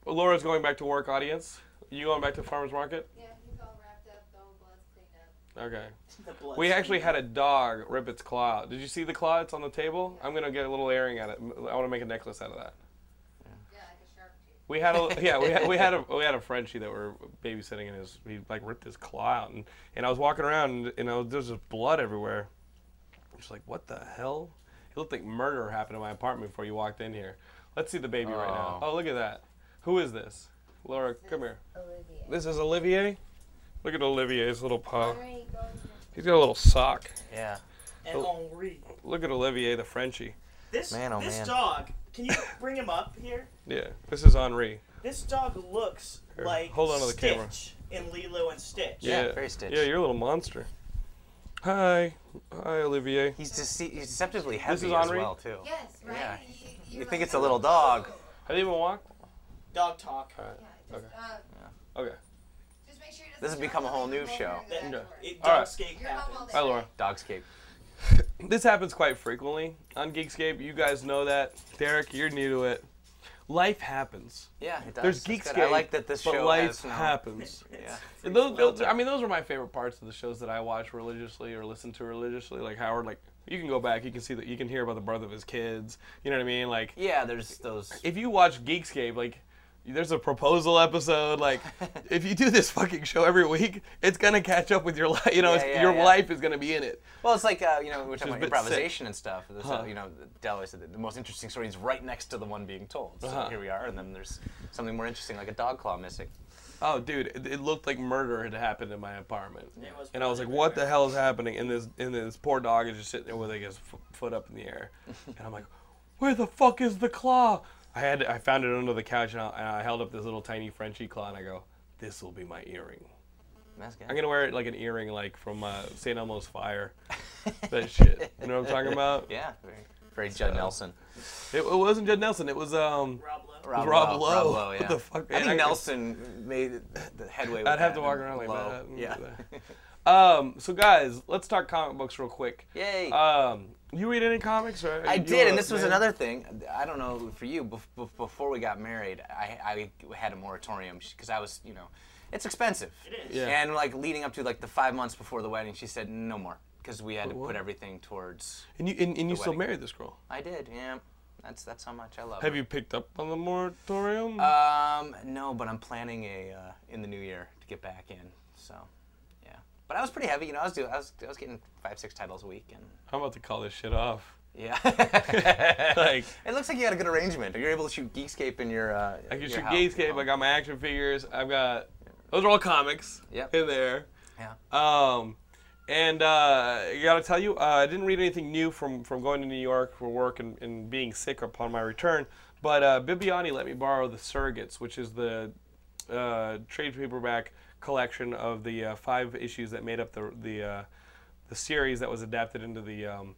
Speaker 1: Laura's going back to work, audience. You going back to farmer's market?
Speaker 4: Yeah, he's
Speaker 2: Uh,
Speaker 4: all wrapped up, going blood's cleaned up.
Speaker 1: Okay.
Speaker 3: The blood
Speaker 1: We actually had a dog rip its claw. Did you see the claw? It's on the table. I'm gonna get a little earring at it. I want to make a necklace out of that.
Speaker 4: Yeah, like a sharp tooth.
Speaker 1: We had a yeah we had, we had a we had a Frenchie that were babysitting and his he like ripped his claw out and, and I was walking around and, and I was, there was just blood everywhere. I'm just like what the hell? It looked like murder happened in my apartment before you walked in here. Let's see the baby right now.
Speaker 2: Oh.
Speaker 1: Oh look at that. Who is this? Laura, come here.
Speaker 4: Olivia.
Speaker 1: This is Olivier. Look at Olivier's little paw.
Speaker 4: Henry goes to-
Speaker 1: He's got a little sock.
Speaker 2: Yeah.
Speaker 3: And
Speaker 1: Oh.
Speaker 3: Henri.
Speaker 1: Look at Olivier the Frenchie.
Speaker 3: This
Speaker 2: Man, oh
Speaker 3: this
Speaker 2: man.
Speaker 3: dog. Can you bring him up here?
Speaker 1: Yeah. This is Henri.
Speaker 3: This dog looks
Speaker 1: Here,
Speaker 3: like
Speaker 1: hold on to the
Speaker 3: Stitch
Speaker 1: camera.
Speaker 3: in Lilo and Stitch.
Speaker 2: Yeah, very Stitch.
Speaker 1: Yeah, you're a little monster. Hi. Hi Olivier.
Speaker 2: He's, dece- he's deceptively heavy
Speaker 1: is
Speaker 2: as
Speaker 1: Henri?
Speaker 2: well too.
Speaker 4: Yes, right?
Speaker 2: Yeah.
Speaker 4: You,
Speaker 2: You
Speaker 4: you're
Speaker 2: think
Speaker 4: like,
Speaker 2: it's a little
Speaker 4: "Oh."
Speaker 2: dog.
Speaker 1: Have you even walked?
Speaker 3: Dog talk.
Speaker 1: All right.
Speaker 4: Yeah, just,
Speaker 1: Okay.
Speaker 4: uh,
Speaker 1: Okay.
Speaker 4: just make sure it
Speaker 2: This has
Speaker 4: doesn't
Speaker 2: become a
Speaker 4: jump
Speaker 2: whole
Speaker 4: on
Speaker 2: new
Speaker 4: you over
Speaker 2: show.
Speaker 4: and go back
Speaker 3: That-
Speaker 4: to
Speaker 1: Yeah.
Speaker 4: work.
Speaker 3: It,
Speaker 1: All
Speaker 3: dog
Speaker 1: right.
Speaker 3: skate
Speaker 4: You're home all
Speaker 3: happens.
Speaker 4: day.
Speaker 1: Hi, Laura.
Speaker 2: Dogscape.
Speaker 1: This happens quite frequently on Geekscape. You guys know that. Derek, you're new to it. Life happens.
Speaker 2: Yeah, it does.
Speaker 1: There's
Speaker 2: That's
Speaker 1: Geekscape.
Speaker 2: good. I like that this
Speaker 1: but
Speaker 2: show
Speaker 1: life
Speaker 2: has no-
Speaker 1: happens.
Speaker 2: Yeah.
Speaker 1: And those, those, I mean, those are my favorite parts of the shows that I watch religiously or listen to religiously. Like Howard, like you can go back, you can see that, you can hear about the birth of his kids. You know what I mean? Like
Speaker 2: Yeah, there's those.
Speaker 1: if you watch Geekscape, like there's a proposal episode. Like if you do this fucking show every week, it's gonna catch up with your life. You know,
Speaker 2: Yeah,
Speaker 1: it's-
Speaker 2: yeah,
Speaker 1: your
Speaker 2: yeah.
Speaker 1: life is gonna be in it.
Speaker 2: Well, it's like uh, you know we're
Speaker 1: is
Speaker 2: talking
Speaker 1: a bit
Speaker 2: about
Speaker 1: sick.
Speaker 2: improvisation and stuff. This, uh, you know, Dell always said that the most interesting story is right next to the one being told. So
Speaker 1: Uh-huh.
Speaker 2: here we are, and then there's something more interesting like a dog claw missing.
Speaker 1: Oh, dude, it, it looked like murder had happened in my apartment,
Speaker 3: It was
Speaker 1: and I was like,
Speaker 3: blood
Speaker 1: "What the hell is happening?" And this, and this poor dog is just sitting there with like his f- foot up in the air, and I'm like, "Where the fuck is the claw?" I had, I found it under the couch, and I, and I held up this little tiny Frenchie claw, and I go, "This will be my earring.
Speaker 2: That's good.
Speaker 1: I'm gonna wear it like an earring, like from uh, St. Elmo's Fire, that shit. You know what I'm talking about?
Speaker 2: yeah, very, very Judd Nelson.
Speaker 1: It, it wasn't Jud Nelson. It was um,
Speaker 3: Rob Lowe.
Speaker 1: Rob, Rob Lowe.
Speaker 2: Rob Lowe,
Speaker 1: What
Speaker 2: yeah.
Speaker 1: the fuck,
Speaker 2: I
Speaker 1: man?
Speaker 2: think
Speaker 1: I-
Speaker 2: Nelson made the headway. With
Speaker 1: I'd have
Speaker 2: that
Speaker 1: to walk
Speaker 2: and
Speaker 1: around like
Speaker 2: Lowe.
Speaker 1: that.
Speaker 2: Yeah.
Speaker 1: Um, so guys, let's talk comic books real quick.
Speaker 2: Yay.
Speaker 1: Um, you read any comics? Or
Speaker 2: I
Speaker 1: you
Speaker 2: did,
Speaker 1: a
Speaker 2: and this was
Speaker 1: man?
Speaker 2: another thing. I don't know for you, bef- bef- before we got married, I, I had a moratorium because I was, you know, it's expensive.
Speaker 3: It is.
Speaker 1: Yeah.
Speaker 2: And like leading up to like the five months before the wedding, she said no more because we had to put everything towards.
Speaker 1: And you and, and you still
Speaker 2: wedding.
Speaker 1: married this girl?
Speaker 2: I did, yeah. That's that's how much I love.
Speaker 1: Have
Speaker 2: her.
Speaker 1: you picked up on the moratorium?
Speaker 2: Um, no, but I'm planning a uh, in the new year to get back in. So, yeah. But I was pretty heavy, you know. I was doing, I was, I was getting five, six titles a week, and
Speaker 1: I'm about to call this shit off.
Speaker 2: yeah.
Speaker 1: Like
Speaker 2: It looks like you had a good arrangement. You're able to shoot Geekscape in your. Uh,
Speaker 1: I can
Speaker 2: your
Speaker 1: shoot
Speaker 2: house, you
Speaker 1: Gatescape.
Speaker 2: know?
Speaker 1: I got my action figures. I've got those are all comics
Speaker 2: Yep.
Speaker 1: in there.
Speaker 2: Yeah.
Speaker 1: Um, and uh, I gotta tell you, uh, I didn't read anything new from, from going to New York for work and, and being sick upon my return. But uh, Bibiani let me borrow the Surrogates, which is the uh, trade paperback collection of the uh, five issues that made up the the uh, the series that was adapted into the um,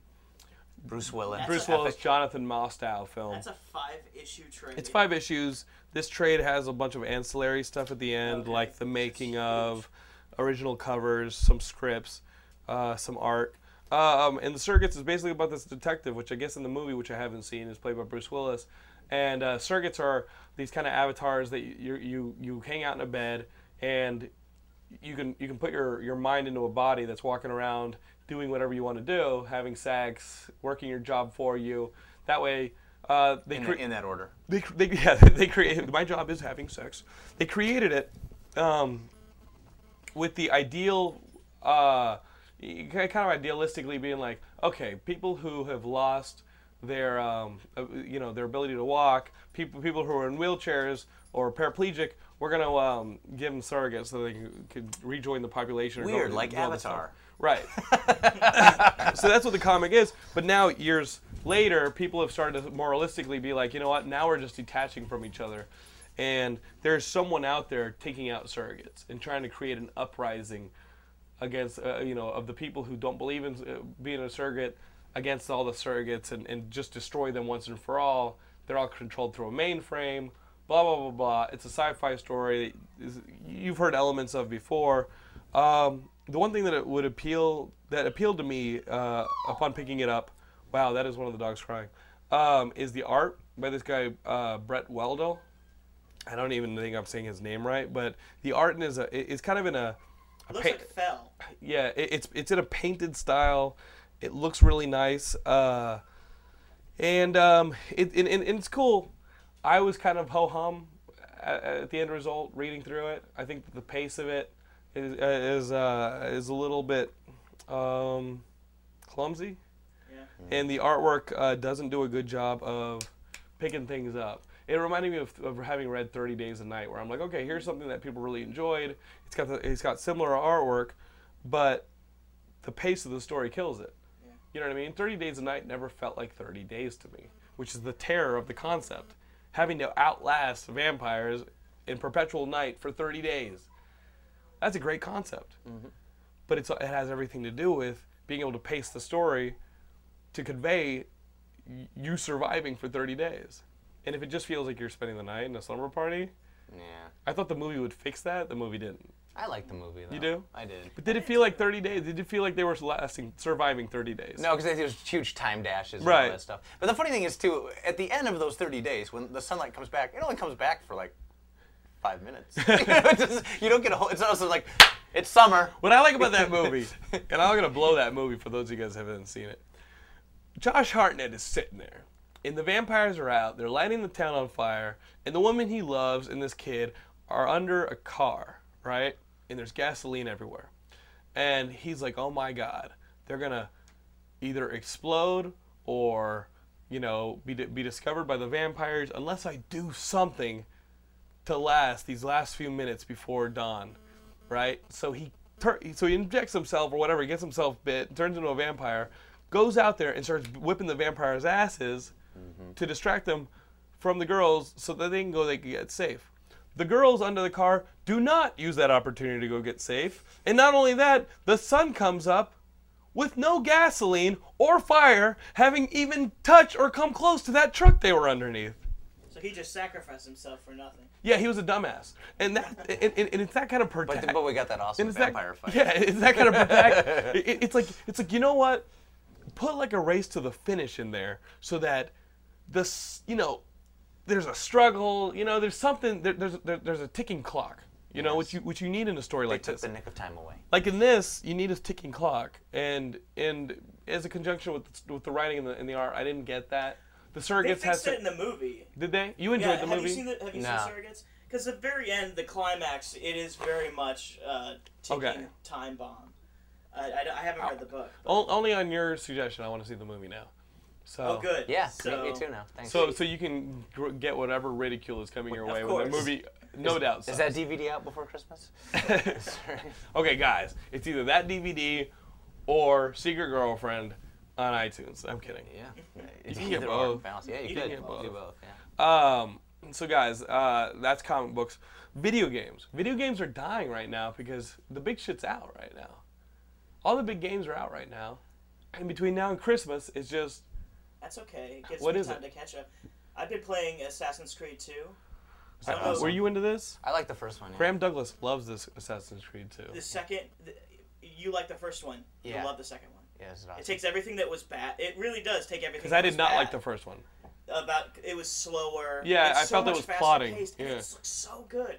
Speaker 2: Bruce Willis.
Speaker 1: Bruce
Speaker 3: That's
Speaker 1: Willis Jonathan Mostow film.
Speaker 3: That's a five-issue trade.
Speaker 1: It's five issues. This trade has a bunch of ancillary stuff at the end,
Speaker 3: Okay.
Speaker 1: like the making of, original covers, some scripts, uh, some art. Um, and the Surrogates is basically about this detective, which I guess in the movie, which I haven't seen, is played by Bruce Willis. And uh, Surrogates are these kind of avatars that you, you you hang out in a bed and you can you can put your your mind into a body that's walking around doing whatever you want to do, having sex, working your job for you. That way, uh, they
Speaker 2: In,
Speaker 1: cre-
Speaker 2: in that order.
Speaker 1: they, cr- they yeah they created my job is having sex they created it um, with the ideal uh, y- kind of idealistically being like okay people who have lost their um, uh, you know their ability to walk people people who are in wheelchairs or paraplegic we're gonna um, give them surrogates so they can, could rejoin the population or go
Speaker 2: Weird,
Speaker 1: to
Speaker 2: like
Speaker 1: global stuff.
Speaker 2: Avatar.
Speaker 1: Right. so that's what the comic is. But now, years later, people have started to moralistically be like, you know what? Now we're just detaching from each other. and there's someone out there taking out surrogates and trying to create an uprising against uh, you know of the people who don't believe in uh, being a surrogate against all the surrogates and, and just destroy them once and for all they're all controlled through a mainframe blah blah blah blah it's a sci-fi story is- you've heard elements of before um, the one thing that it would appeal that appealed to me uh, upon picking it up wow that is one of the dogs crying um, is the art by this guy uh, brett weldell i don't even think i'm saying his name right but the art uh, is a it- it's kind of in a, a
Speaker 3: Looks
Speaker 1: pa-
Speaker 3: like fell.
Speaker 1: yeah it, it's it's in a painted style it looks really nice uh and um it and, and, and it's cool i was kind of ho-hum at, at the end result reading through it i think the pace of it is is uh is a little bit um clumsy
Speaker 3: Yeah.
Speaker 1: and the artwork uh, doesn't do a good job of picking things up. It reminded me of, of having read Thirty Days a Night, where I'm like, okay, here's something that people really enjoyed. It's got the, it's got similar artwork, but the pace of the story kills it. You know what I mean? Thirty Days a Night never felt like Thirty Days to me, which is the terror of the concept, having to outlast vampires in perpetual night for thirty days. That's a great concept, but it's it has everything to do with being able to pace the story to convey y- you surviving for 30 days. And if it just feels like you're spending the night in a slumber party,
Speaker 2: Yeah.
Speaker 1: I thought the movie would fix that. The movie didn't.
Speaker 2: I like the movie though.
Speaker 1: You do?
Speaker 2: I did.
Speaker 1: But did it feel like 30 days? Did it feel like they were lasting, surviving 30 days?
Speaker 2: No, because there's huge time dashes and all
Speaker 1: Right.
Speaker 2: that stuff. But the funny thing is too, at the end of those 30 days, when the sunlight comes back, it only comes back for like five minutes. It's just- you don't get a whole. It's also like it's summer.
Speaker 1: What I like about that movie, and I'm gonna blow that movie for those of you guys who haven't seen it. Josh Hartnett is sitting there, and the vampires are out. They're lighting the town on fire, and the woman he loves and this kid are under a car, right? And there's gasoline everywhere, and he's like, "Oh my God, they're gonna either explode or, you know, be be discovered by the vampires unless I do something." to last these last few minutes before dawn, right? So he tur- so he injects himself or whatever, he gets himself bit, turns into a vampire, goes out there and starts whipping the vampires' asses to distract them from the girls so that they can go they can get safe. The girls under the car do not use that opportunity to go get safe. And not only that, the sun comes up with no gasoline or fire having even touched or come close to that truck they were underneath.
Speaker 3: So he just sacrificed himself for nothing.
Speaker 1: Yeah, he was a dumbass, and that and, and, and it's that kind of
Speaker 2: But,
Speaker 1: protect.
Speaker 2: th- but we got that awesome
Speaker 1: and it's that-
Speaker 2: vampire fight.
Speaker 1: Yeah, it's that kind of protect. it, it's like it's like you know what? Put like a race to the finish in there, so that this you know there's a struggle. You know, there's something. There, there's there, there's a ticking clock. You know, which you which you need in a story
Speaker 2: They
Speaker 1: like
Speaker 2: took
Speaker 1: this.
Speaker 2: the nick of time away.
Speaker 1: like in this, you need a ticking clock, and and as a conjunction with with the writing and the, and the art, I didn't get that. The
Speaker 3: They
Speaker 1: surrogates has
Speaker 3: fixed
Speaker 1: to,
Speaker 3: it in the movie.
Speaker 1: did they? You enjoyed
Speaker 3: Yeah,
Speaker 1: the
Speaker 3: have
Speaker 1: movie?
Speaker 3: you seen the Have you
Speaker 2: No.
Speaker 3: seen Surrogates? Because the very end, the climax, it is very much uh, ticking
Speaker 1: Okay. Oh.
Speaker 3: time bomb. I, I, I haven't read the book.
Speaker 1: O- only on your suggestion, I want to see the movie now. So.
Speaker 3: Oh, good.
Speaker 2: Yeah,
Speaker 3: So,
Speaker 2: me, me too now. Thanks.
Speaker 1: So, so you can gr- get whatever ridicule is coming your
Speaker 3: Of
Speaker 1: way when the
Speaker 3: course.
Speaker 1: movie, no doubt.
Speaker 2: is
Speaker 1: sucks.
Speaker 2: that DVD out before Christmas? Sorry.
Speaker 1: okay, guys? It's either that DVD or Secret Girlfriend on iTunes. I'm kidding.
Speaker 2: Yeah.
Speaker 1: You
Speaker 2: It's
Speaker 1: can get
Speaker 2: either or
Speaker 1: both.
Speaker 2: balance. Yeah, you,
Speaker 1: You
Speaker 2: could
Speaker 1: can get both.
Speaker 2: do both. Yeah.
Speaker 1: Um, so guys, uh, that's comic books. Video games. Video games are dying right now because the big shit's out right now. All the big games are out right now. And between now and Christmas, it's just
Speaker 3: That's okay. It gives
Speaker 1: What
Speaker 3: me
Speaker 1: is
Speaker 3: time
Speaker 1: it?
Speaker 3: to catch up. I've been playing Assassin's Creed 2. So I uh, don't know-
Speaker 1: uh, were you into this?
Speaker 2: I like the first one. Yeah.
Speaker 1: Graham Douglas loves this Assassin's Creed too.
Speaker 3: the second the, you like the first one you
Speaker 2: Yeah.
Speaker 3: love the second one
Speaker 2: Yeah, it's
Speaker 3: it
Speaker 2: awesome.
Speaker 3: takes everything that was bad it really does take everything
Speaker 1: Because I
Speaker 3: that
Speaker 1: did
Speaker 3: was
Speaker 1: not
Speaker 3: bad
Speaker 1: like the first one.
Speaker 3: about it was slower
Speaker 1: Yeah,
Speaker 3: it's
Speaker 1: I
Speaker 3: so
Speaker 1: felt it
Speaker 3: much
Speaker 1: was
Speaker 3: faster
Speaker 1: plodding,
Speaker 3: paced, and
Speaker 1: yeah.
Speaker 3: it's so good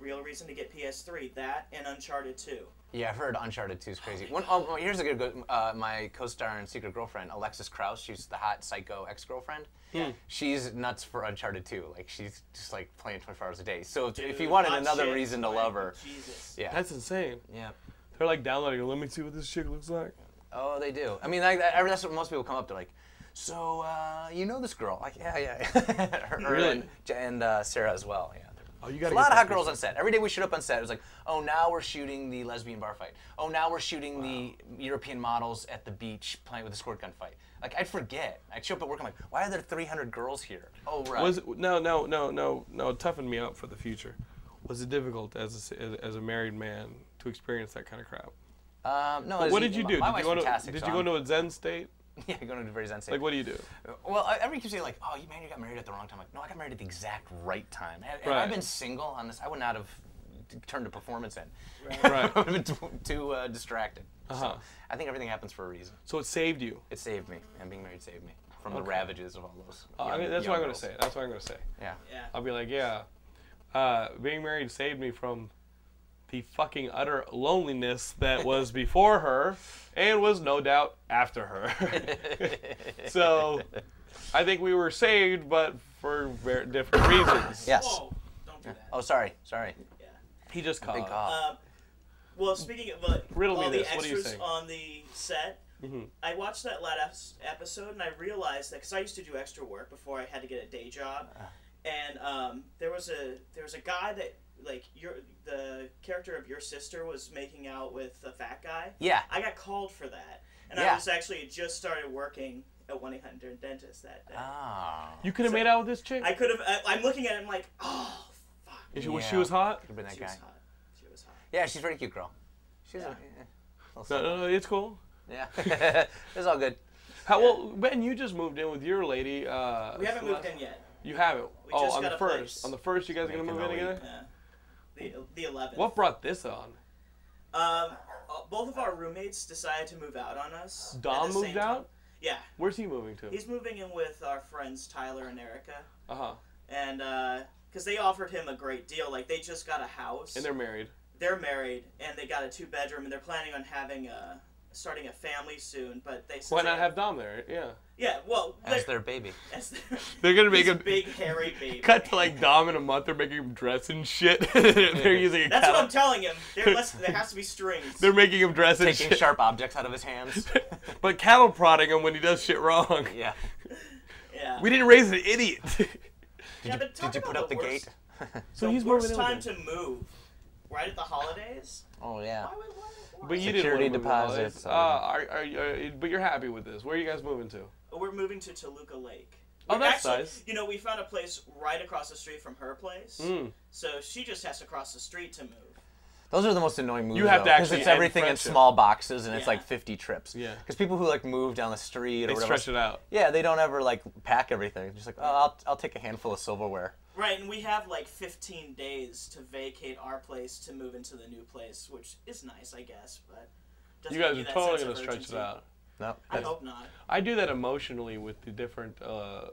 Speaker 3: real reason to get ps3 that and uncharted 2
Speaker 2: Yeah, I've heard Uncharted 2 is crazy. When, oh, well, here's a good, good uh, my co-star and secret girlfriend, Alexis Krauss, she's the hot psycho ex-girlfriend.
Speaker 3: Hmm.
Speaker 2: Yeah. She's nuts for Uncharted 2. Like, she's just like playing 24 hours a day. So if, if you
Speaker 3: Dude,
Speaker 2: wanted
Speaker 3: hot
Speaker 2: another
Speaker 3: shit.
Speaker 2: reason to love her,
Speaker 3: jesus
Speaker 2: yeah.
Speaker 1: That's insane.
Speaker 2: yeah.
Speaker 1: They're like downloading. Let me see what this chick looks like.
Speaker 2: Oh, they do. I mean, like, I, that's what most people come up to, like, so uh, you know this girl? Like, yeah, yeah. her, her
Speaker 1: Really?
Speaker 2: and, and uh, Sarah as well. Yeah. they're-
Speaker 1: Oh, you
Speaker 2: There's
Speaker 1: gotta
Speaker 2: a lot
Speaker 1: get
Speaker 2: of hot
Speaker 1: that
Speaker 2: girls on set. Every day we showed up on set, it was like, oh, now we're shooting the lesbian bar fight. Oh, now we're shooting the European models at the beach playing with the squirt gun fight. Like I'd forget. I'd show up at work. I'm like, why are there 300 girls here? Oh right.
Speaker 1: Was it, no, no, no, no, no. Toughen me up for the future. Was it difficult as a, as a married man to experience that kind of crap?
Speaker 2: um, no. it was
Speaker 1: What
Speaker 2: e-
Speaker 1: did you
Speaker 2: my-
Speaker 1: do?
Speaker 2: My
Speaker 1: did
Speaker 2: wife's
Speaker 1: you go to,
Speaker 2: fantastic.
Speaker 1: did
Speaker 2: so
Speaker 1: you go
Speaker 2: I'm-
Speaker 1: into a Zen state?
Speaker 2: yeah, you're going to very Zen
Speaker 1: Like, what do you do?
Speaker 2: Well, I- everyone keeps saying like, "Oh, you man, you got married at the wrong time." Like, no, I got married at the exact right time. Had, had I
Speaker 1: Right.
Speaker 2: been single on this, I would not have t- turned to performance in.
Speaker 1: Right.
Speaker 2: I would have been too, too uh, distracted.
Speaker 1: Uh-huh.
Speaker 2: So I think everything happens for a reason.
Speaker 1: So it saved you.
Speaker 2: It saved me, and being married saved me from the ravages of all those.
Speaker 1: Uh, I
Speaker 2: young-
Speaker 1: mean, that's
Speaker 2: young
Speaker 1: what I'm gonna
Speaker 2: girls.
Speaker 1: say. That's what I'm gonna say.
Speaker 2: Yeah.
Speaker 3: Yeah.
Speaker 1: I'll be like, yeah, uh, being married saved me from the fucking utter loneliness that was before her and was no doubt after her. so I think we were saved, but for ver- different reasons.
Speaker 2: Yes.
Speaker 3: Whoa! Don't do that.
Speaker 2: Oh, sorry, sorry.
Speaker 3: Yeah.
Speaker 1: He just
Speaker 2: Big
Speaker 1: caught.
Speaker 2: cough.
Speaker 3: Um, well, speaking of uh,
Speaker 1: Riddle me
Speaker 3: all the
Speaker 1: this, what do you
Speaker 3: extras
Speaker 1: think? Mm-hmm.
Speaker 3: on the set, I watched that last episode and I realized that because I used to do extra work before I had to get a day job,
Speaker 2: Uh.
Speaker 3: and um, there was a there was a guy that like your the character of your sister was making out with a fat guy.
Speaker 2: Yeah.
Speaker 3: I got called for that, and I
Speaker 2: Yeah.
Speaker 3: was actually just started working at one eight hundred dentist that day.
Speaker 2: Ah.
Speaker 1: You could have made out with this chick.
Speaker 3: I could have. uh, I'm looking at him like, oh fuck,
Speaker 1: If she, was- she
Speaker 2: Yeah.
Speaker 1: was hot.
Speaker 2: Could have been that
Speaker 3: she
Speaker 2: guy.
Speaker 3: was hot. She was hot.
Speaker 2: Yeah, she's a very cute girl. She's a.
Speaker 1: No, no, no, uh, it's cool.
Speaker 2: Yeah. yeah. it's all good.
Speaker 1: How, well, Ben, you just moved in with your lady. Uh,
Speaker 3: We haven't moved in yet.
Speaker 1: You haven't.
Speaker 3: We
Speaker 1: Oh,
Speaker 3: just
Speaker 1: on
Speaker 3: got
Speaker 1: the
Speaker 3: a
Speaker 1: first.
Speaker 3: place.
Speaker 1: On the first, you guys are gonna
Speaker 2: Making
Speaker 1: move in
Speaker 2: our way.
Speaker 1: together.
Speaker 3: Yeah. The the eleventh.
Speaker 1: What brought this on?
Speaker 3: Um, uh, both of our roommates decided to move out on us. at
Speaker 1: Dom
Speaker 3: the
Speaker 1: moved
Speaker 3: same time.
Speaker 1: out.
Speaker 3: Yeah,
Speaker 1: Where's he moving to?
Speaker 3: he's moving in with our friends Tyler and Erica,
Speaker 1: Uh huh.
Speaker 3: and because they offered him a great deal, like they just got a house.
Speaker 1: And they're married.
Speaker 3: they're married, and they got a two bedroom, and they're planning on having a starting a family soon. But they
Speaker 1: Why not have Dom there? Yeah.
Speaker 3: Yeah, well,
Speaker 2: That's
Speaker 3: they're-
Speaker 2: their baby.
Speaker 3: that's their-
Speaker 1: They're gonna
Speaker 3: his
Speaker 1: make a
Speaker 3: big hairy baby.
Speaker 1: cut to like Dom in a month. They're making him dress and shit. they're using a
Speaker 3: That's what I'm
Speaker 1: catalog.
Speaker 3: telling him. There must there has to be strings.
Speaker 1: They're making him dress and
Speaker 2: Taking
Speaker 1: shit.
Speaker 2: sharp objects out of his hands.
Speaker 1: but cattle prodding him when he does shit wrong.
Speaker 2: Yeah.
Speaker 3: yeah.
Speaker 1: We didn't raise an idiot.
Speaker 3: yeah, but talk
Speaker 2: Did you put
Speaker 3: about
Speaker 2: up the
Speaker 3: worst-
Speaker 2: gate?
Speaker 1: so
Speaker 3: the
Speaker 1: he's
Speaker 3: worst
Speaker 1: moving
Speaker 3: time
Speaker 1: in.
Speaker 3: to move, right at the holidays.
Speaker 2: Oh yeah.
Speaker 3: Why would, why would, why
Speaker 1: But you
Speaker 2: Security
Speaker 1: didn't want to move in.
Speaker 2: deposits,
Speaker 1: Uh,
Speaker 2: uh,
Speaker 1: are, are, are, but you're happy with this. Where are you guys moving to?
Speaker 3: Oh, We're moving to Toluca Lake.
Speaker 1: Oh,
Speaker 3: We're
Speaker 1: that's
Speaker 3: actually-
Speaker 1: nice.
Speaker 3: You know, we found a place right across the street from her place,
Speaker 1: Mm.
Speaker 3: so she just has to cross the street to move.
Speaker 2: Those are the most annoying moves.
Speaker 1: You have
Speaker 2: though,
Speaker 1: to
Speaker 2: 'cause
Speaker 1: actually
Speaker 2: it's
Speaker 1: end
Speaker 2: everything in
Speaker 1: friendship.
Speaker 2: small boxes and it's
Speaker 3: Yeah.
Speaker 2: like 50 trips.
Speaker 1: Yeah.
Speaker 2: Because people who like move down the street or
Speaker 1: They
Speaker 2: whatever.
Speaker 1: stretch it out.
Speaker 2: Yeah, they don't ever like pack everything. They're Just like, oh, I'll, I'll take a handful of silverware.
Speaker 3: Right, and we have like 15 days to vacate our place to move into the new place, which is nice, I guess, but doesn't
Speaker 1: You guys
Speaker 3: give
Speaker 1: are
Speaker 3: that
Speaker 1: totally
Speaker 3: sense
Speaker 1: gonna
Speaker 3: of
Speaker 1: stretch it
Speaker 3: urgency.
Speaker 1: out.
Speaker 2: No.
Speaker 3: I
Speaker 2: that's-
Speaker 3: hope not.
Speaker 1: I do that emotionally with the different uh,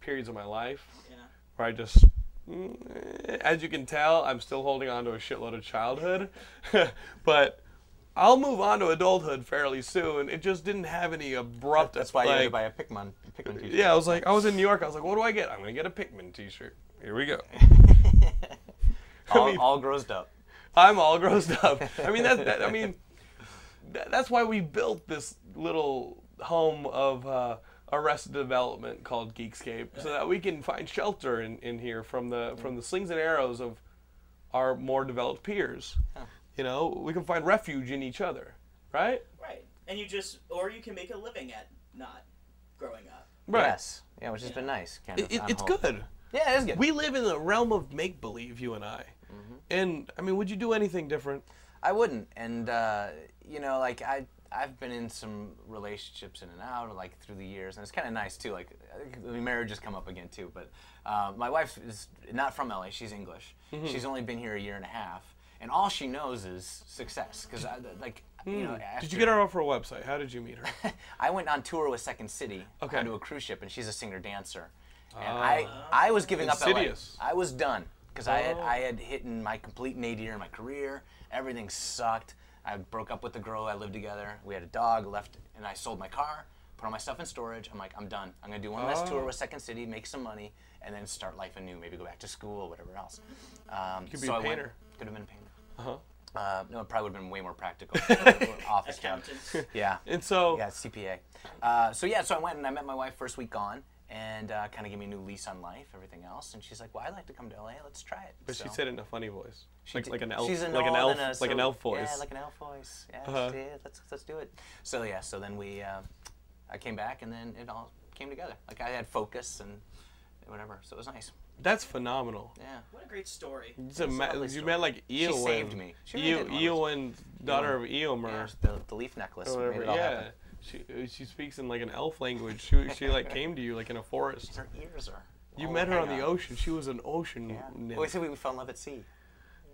Speaker 1: periods of my life.
Speaker 3: Yeah.
Speaker 1: where I just, mm, as you can tell, I'm still holding on to a shitload of childhood, but I'll move on to adulthood fairly soon. It just didn't have any abrupt.
Speaker 2: that's why you had to
Speaker 1: like,
Speaker 2: buy a Pikmin. Pikmin t-shirt.
Speaker 1: Yeah, I was like, I was in New York. I was like, what do I get? I'm gonna get a Pikmin T-shirt. Here we go.
Speaker 2: all,
Speaker 1: mean-
Speaker 2: all grossed up.
Speaker 1: I'm all grossed up. I mean, that, that I mean, that, that's why we built this little home of uh, Arrested Development called Geekscape, so that we can find shelter in, in here from the from the slings and arrows of our more developed peers. You know, we can find refuge in each other, right?
Speaker 3: Right. And you just, or you can make a living at not growing up.
Speaker 1: Right.
Speaker 2: Yes. Yeah, which has been nice. Kind
Speaker 1: It,
Speaker 2: of,
Speaker 1: it,
Speaker 2: on
Speaker 1: it's
Speaker 2: hold.
Speaker 1: good.
Speaker 2: Yeah, it is good.
Speaker 1: We live in the realm of make believe, you and I. And I mean, would you do anything different?
Speaker 2: I wouldn't. And uh, you know, like I I've been in some relationships in and out, like through the years, and it's kind of nice too. Like I mean, marriage has come up again too. But uh, my wife is not from LA. She's English.
Speaker 1: Mm-hmm.
Speaker 2: She's only been here a year and a half, and all she knows is success. Because I like. You know,
Speaker 1: Mm. Did
Speaker 2: after-
Speaker 1: you get her off her website? How did you meet her?
Speaker 2: I went on tour with Second City
Speaker 1: Okay.
Speaker 2: onto a cruise ship, and she's a singer dancer. And I, I was giving
Speaker 1: Insidious.
Speaker 2: up. LA. I was done because I had
Speaker 1: Oh.
Speaker 2: I had hit in my complete nadir in my career. Everything sucked. I broke up with the girl I lived together. We had a dog. Left, and I sold my car. Put all my stuff in storage. I'm like, I'm done. I'm gonna do one last
Speaker 1: Oh.
Speaker 2: tour with Second City, make some money, and then start life anew. Maybe go back to school, whatever else. Um,
Speaker 1: Could be
Speaker 2: so
Speaker 1: a
Speaker 2: I went-
Speaker 1: painter.
Speaker 2: Could have been a painter.
Speaker 1: Uh-huh.
Speaker 2: Uh, no, it probably would have been way more practical. office job.
Speaker 3: Accountant.
Speaker 2: Yeah.
Speaker 1: And so,
Speaker 2: Yeah, CPA. Uh, so yeah, so I went and I met my wife first week gone, and uh, kind of gave me a new lease on life, everything else. And she's like, "Well, I'd like to come to LA. Let's try it."
Speaker 1: But she
Speaker 2: So-
Speaker 1: said it in a funny voice, like,
Speaker 2: did-
Speaker 1: like an elf,
Speaker 2: she's an
Speaker 1: like an
Speaker 2: all
Speaker 1: elf,
Speaker 2: in a-
Speaker 1: like an
Speaker 2: so-
Speaker 1: elf voice.
Speaker 2: Yeah, like an elf voice. Yeah,
Speaker 1: Uh-huh.
Speaker 2: she did. Let's let's do it. So yeah, so then we, uh, I came back and then it all came together. Like I had focus and whatever, so it was nice.
Speaker 1: That's phenomenal.
Speaker 2: Yeah.
Speaker 3: What a great story.
Speaker 1: It's a
Speaker 2: It's a
Speaker 1: ma-
Speaker 2: lovely
Speaker 1: you
Speaker 2: story.
Speaker 1: met like Eowyn.
Speaker 2: saved me. She really
Speaker 1: Eo-
Speaker 2: did, honestly.
Speaker 1: Eowyn, daughter of Eomer.
Speaker 2: Yeah, the, the leaf necklace
Speaker 1: or
Speaker 2: made
Speaker 1: whatever.
Speaker 2: it all
Speaker 1: Yeah,
Speaker 2: happen.
Speaker 1: she uh, she speaks in like an elf language. She she like came to you like in a forest.
Speaker 2: Her ears are.
Speaker 1: You
Speaker 2: all
Speaker 1: met her on
Speaker 2: hang
Speaker 1: the ocean. She was an ocean
Speaker 2: "Oh Yeah.
Speaker 1: nymph.
Speaker 2: Well, we said we fell in love at sea.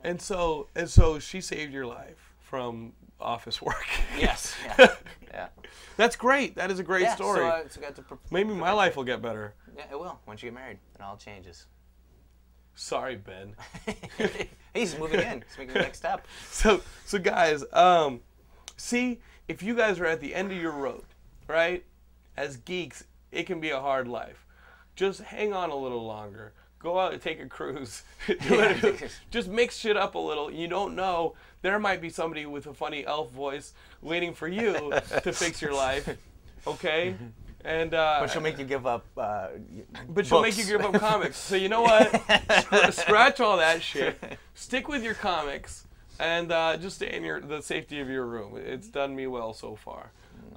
Speaker 1: And so and so she saved your life from office work.
Speaker 2: Yes. Yeah. yeah.
Speaker 1: That's great. That is a great
Speaker 2: yeah
Speaker 1: story.
Speaker 2: So, uh, so got to pro-
Speaker 1: Maybe my life will get better.
Speaker 2: Yeah, it will. Once you get married, it all changes.
Speaker 1: Sorry, Ben.
Speaker 2: He's moving in. He's making the next step.
Speaker 1: so so guys um see if you guys are at the end of your road right as geeks it can be a hard life just hang on a little longer go out and take a cruise Do it.
Speaker 2: Yeah.
Speaker 1: just mix shit up a little you don't know there might be somebody with a funny elf voice waiting for you to fix your life okay and uh,
Speaker 2: Mm-hmm. But she'll make you give up. Uh,
Speaker 1: but she'll make you give up comics. So you know what? Scr- Scratch all that shit. Stick with your comics, and uh, just stay in your the safety of your room. It's done me well so far,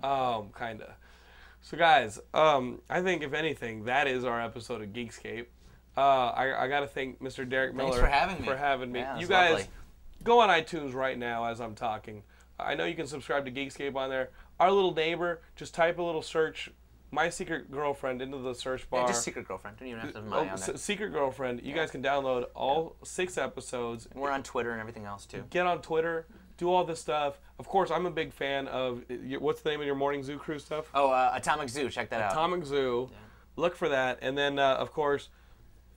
Speaker 1: um, kinda. So guys, um, I think if anything, that is our episode of Geekscape. Uh, I, I gotta thank Mr. Derek Miller
Speaker 2: Thanks for having me.
Speaker 1: For having me.
Speaker 2: Yeah, it
Speaker 1: you
Speaker 2: was
Speaker 1: guys,
Speaker 2: lovely.
Speaker 1: go on iTunes right now as I'm talking. I know you can subscribe to Geekscape on there. Our little neighbor, just type a little search, my secret girlfriend, into the search bar.
Speaker 2: Yeah, just secret girlfriend. Don't even have to have
Speaker 1: Oh,
Speaker 2: mine on
Speaker 1: Se-
Speaker 2: there.
Speaker 1: Secret Girlfriend. You guys can download all six episodes.
Speaker 2: We're on Twitter and everything else too.
Speaker 1: Get on Twitter. Do all this stuff. Of course, I'm a big fan of y- what's the name of your morning zoo crew stuff?
Speaker 2: Oh, uh, Atomic Zoo. Check that out.
Speaker 1: Atomic Zoo. Look for that, and then uh, of course,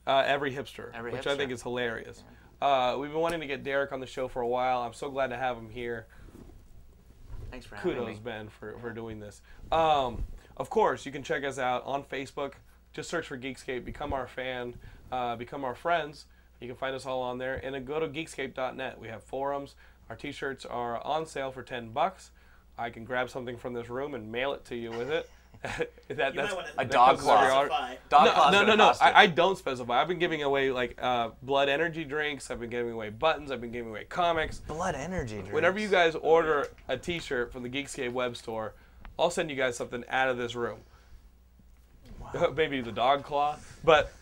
Speaker 1: uh, every hipster,
Speaker 2: Every
Speaker 1: which I
Speaker 2: Hipster.
Speaker 1: think is hilarious. Uh, we've been wanting to get Derek on the show for a while. I'm so glad to have him here.
Speaker 2: Thanks for having
Speaker 1: kudos
Speaker 2: me.
Speaker 1: ben for, for doing this um, of course you can check us out on facebook just search for geekscape become our fan uh, become our friends you can find us all on there and then go to geekscape.net we have forums our t-shirts are on sale for 10 bucks i can grab something from this room and mail it to you with it that,
Speaker 3: You
Speaker 1: that's
Speaker 3: might want
Speaker 2: A
Speaker 3: to
Speaker 2: dog
Speaker 1: comes every
Speaker 2: claw.
Speaker 1: hour.
Speaker 3: classify.
Speaker 2: Dog
Speaker 1: no,
Speaker 2: claws
Speaker 1: no,
Speaker 2: are
Speaker 1: no, no.
Speaker 2: costed.
Speaker 1: I, I don't specify. I've been giving away like uh, blood energy drinks. I've been giving away buttons. I've been giving away comics.
Speaker 2: Blood energy. Drinks.
Speaker 1: Whenever you guys order a T-shirt from the Geekscape web store, I'll send you guys something out of this room. Maybe the dog claw, but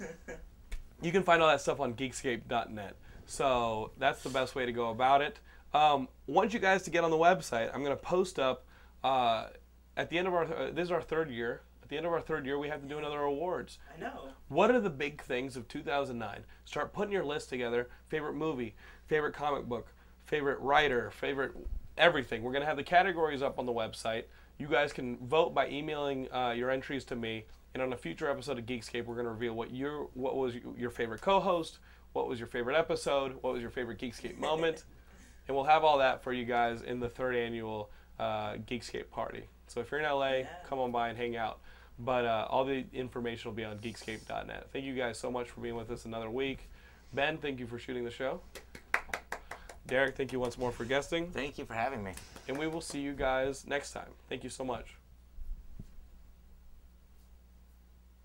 Speaker 1: you can find all that stuff on Geekscape.net. So that's the best way to go about it. Um, want you guys to get on the website. I'm gonna post up uh, at the end of our. Uh, this is our third year. At the end of our third year, we have to do another awards.
Speaker 3: I know.
Speaker 1: What are the big things of 2009? Start putting your list together. Favorite movie, favorite comic book, favorite writer, favorite everything. We're going to have the categories up on the website. You guys can vote by emailing uh, your entries to me. And on a future episode of Geekscape, we're going to reveal what your what was your favorite co-host, what was your favorite episode, what was your favorite Geekscape moment, and we'll have all that for you guys in the third annual uh, Geekscape party. So if you're in LA, come on by and hang out. But uh, all the information will be on geekscape.net. Thank you guys so much for being with us another week. Ben, thank you for shooting the show. Derek, thank you once more for guesting.
Speaker 2: Thank you for having me.
Speaker 1: And we will see you guys next time. Thank you so much.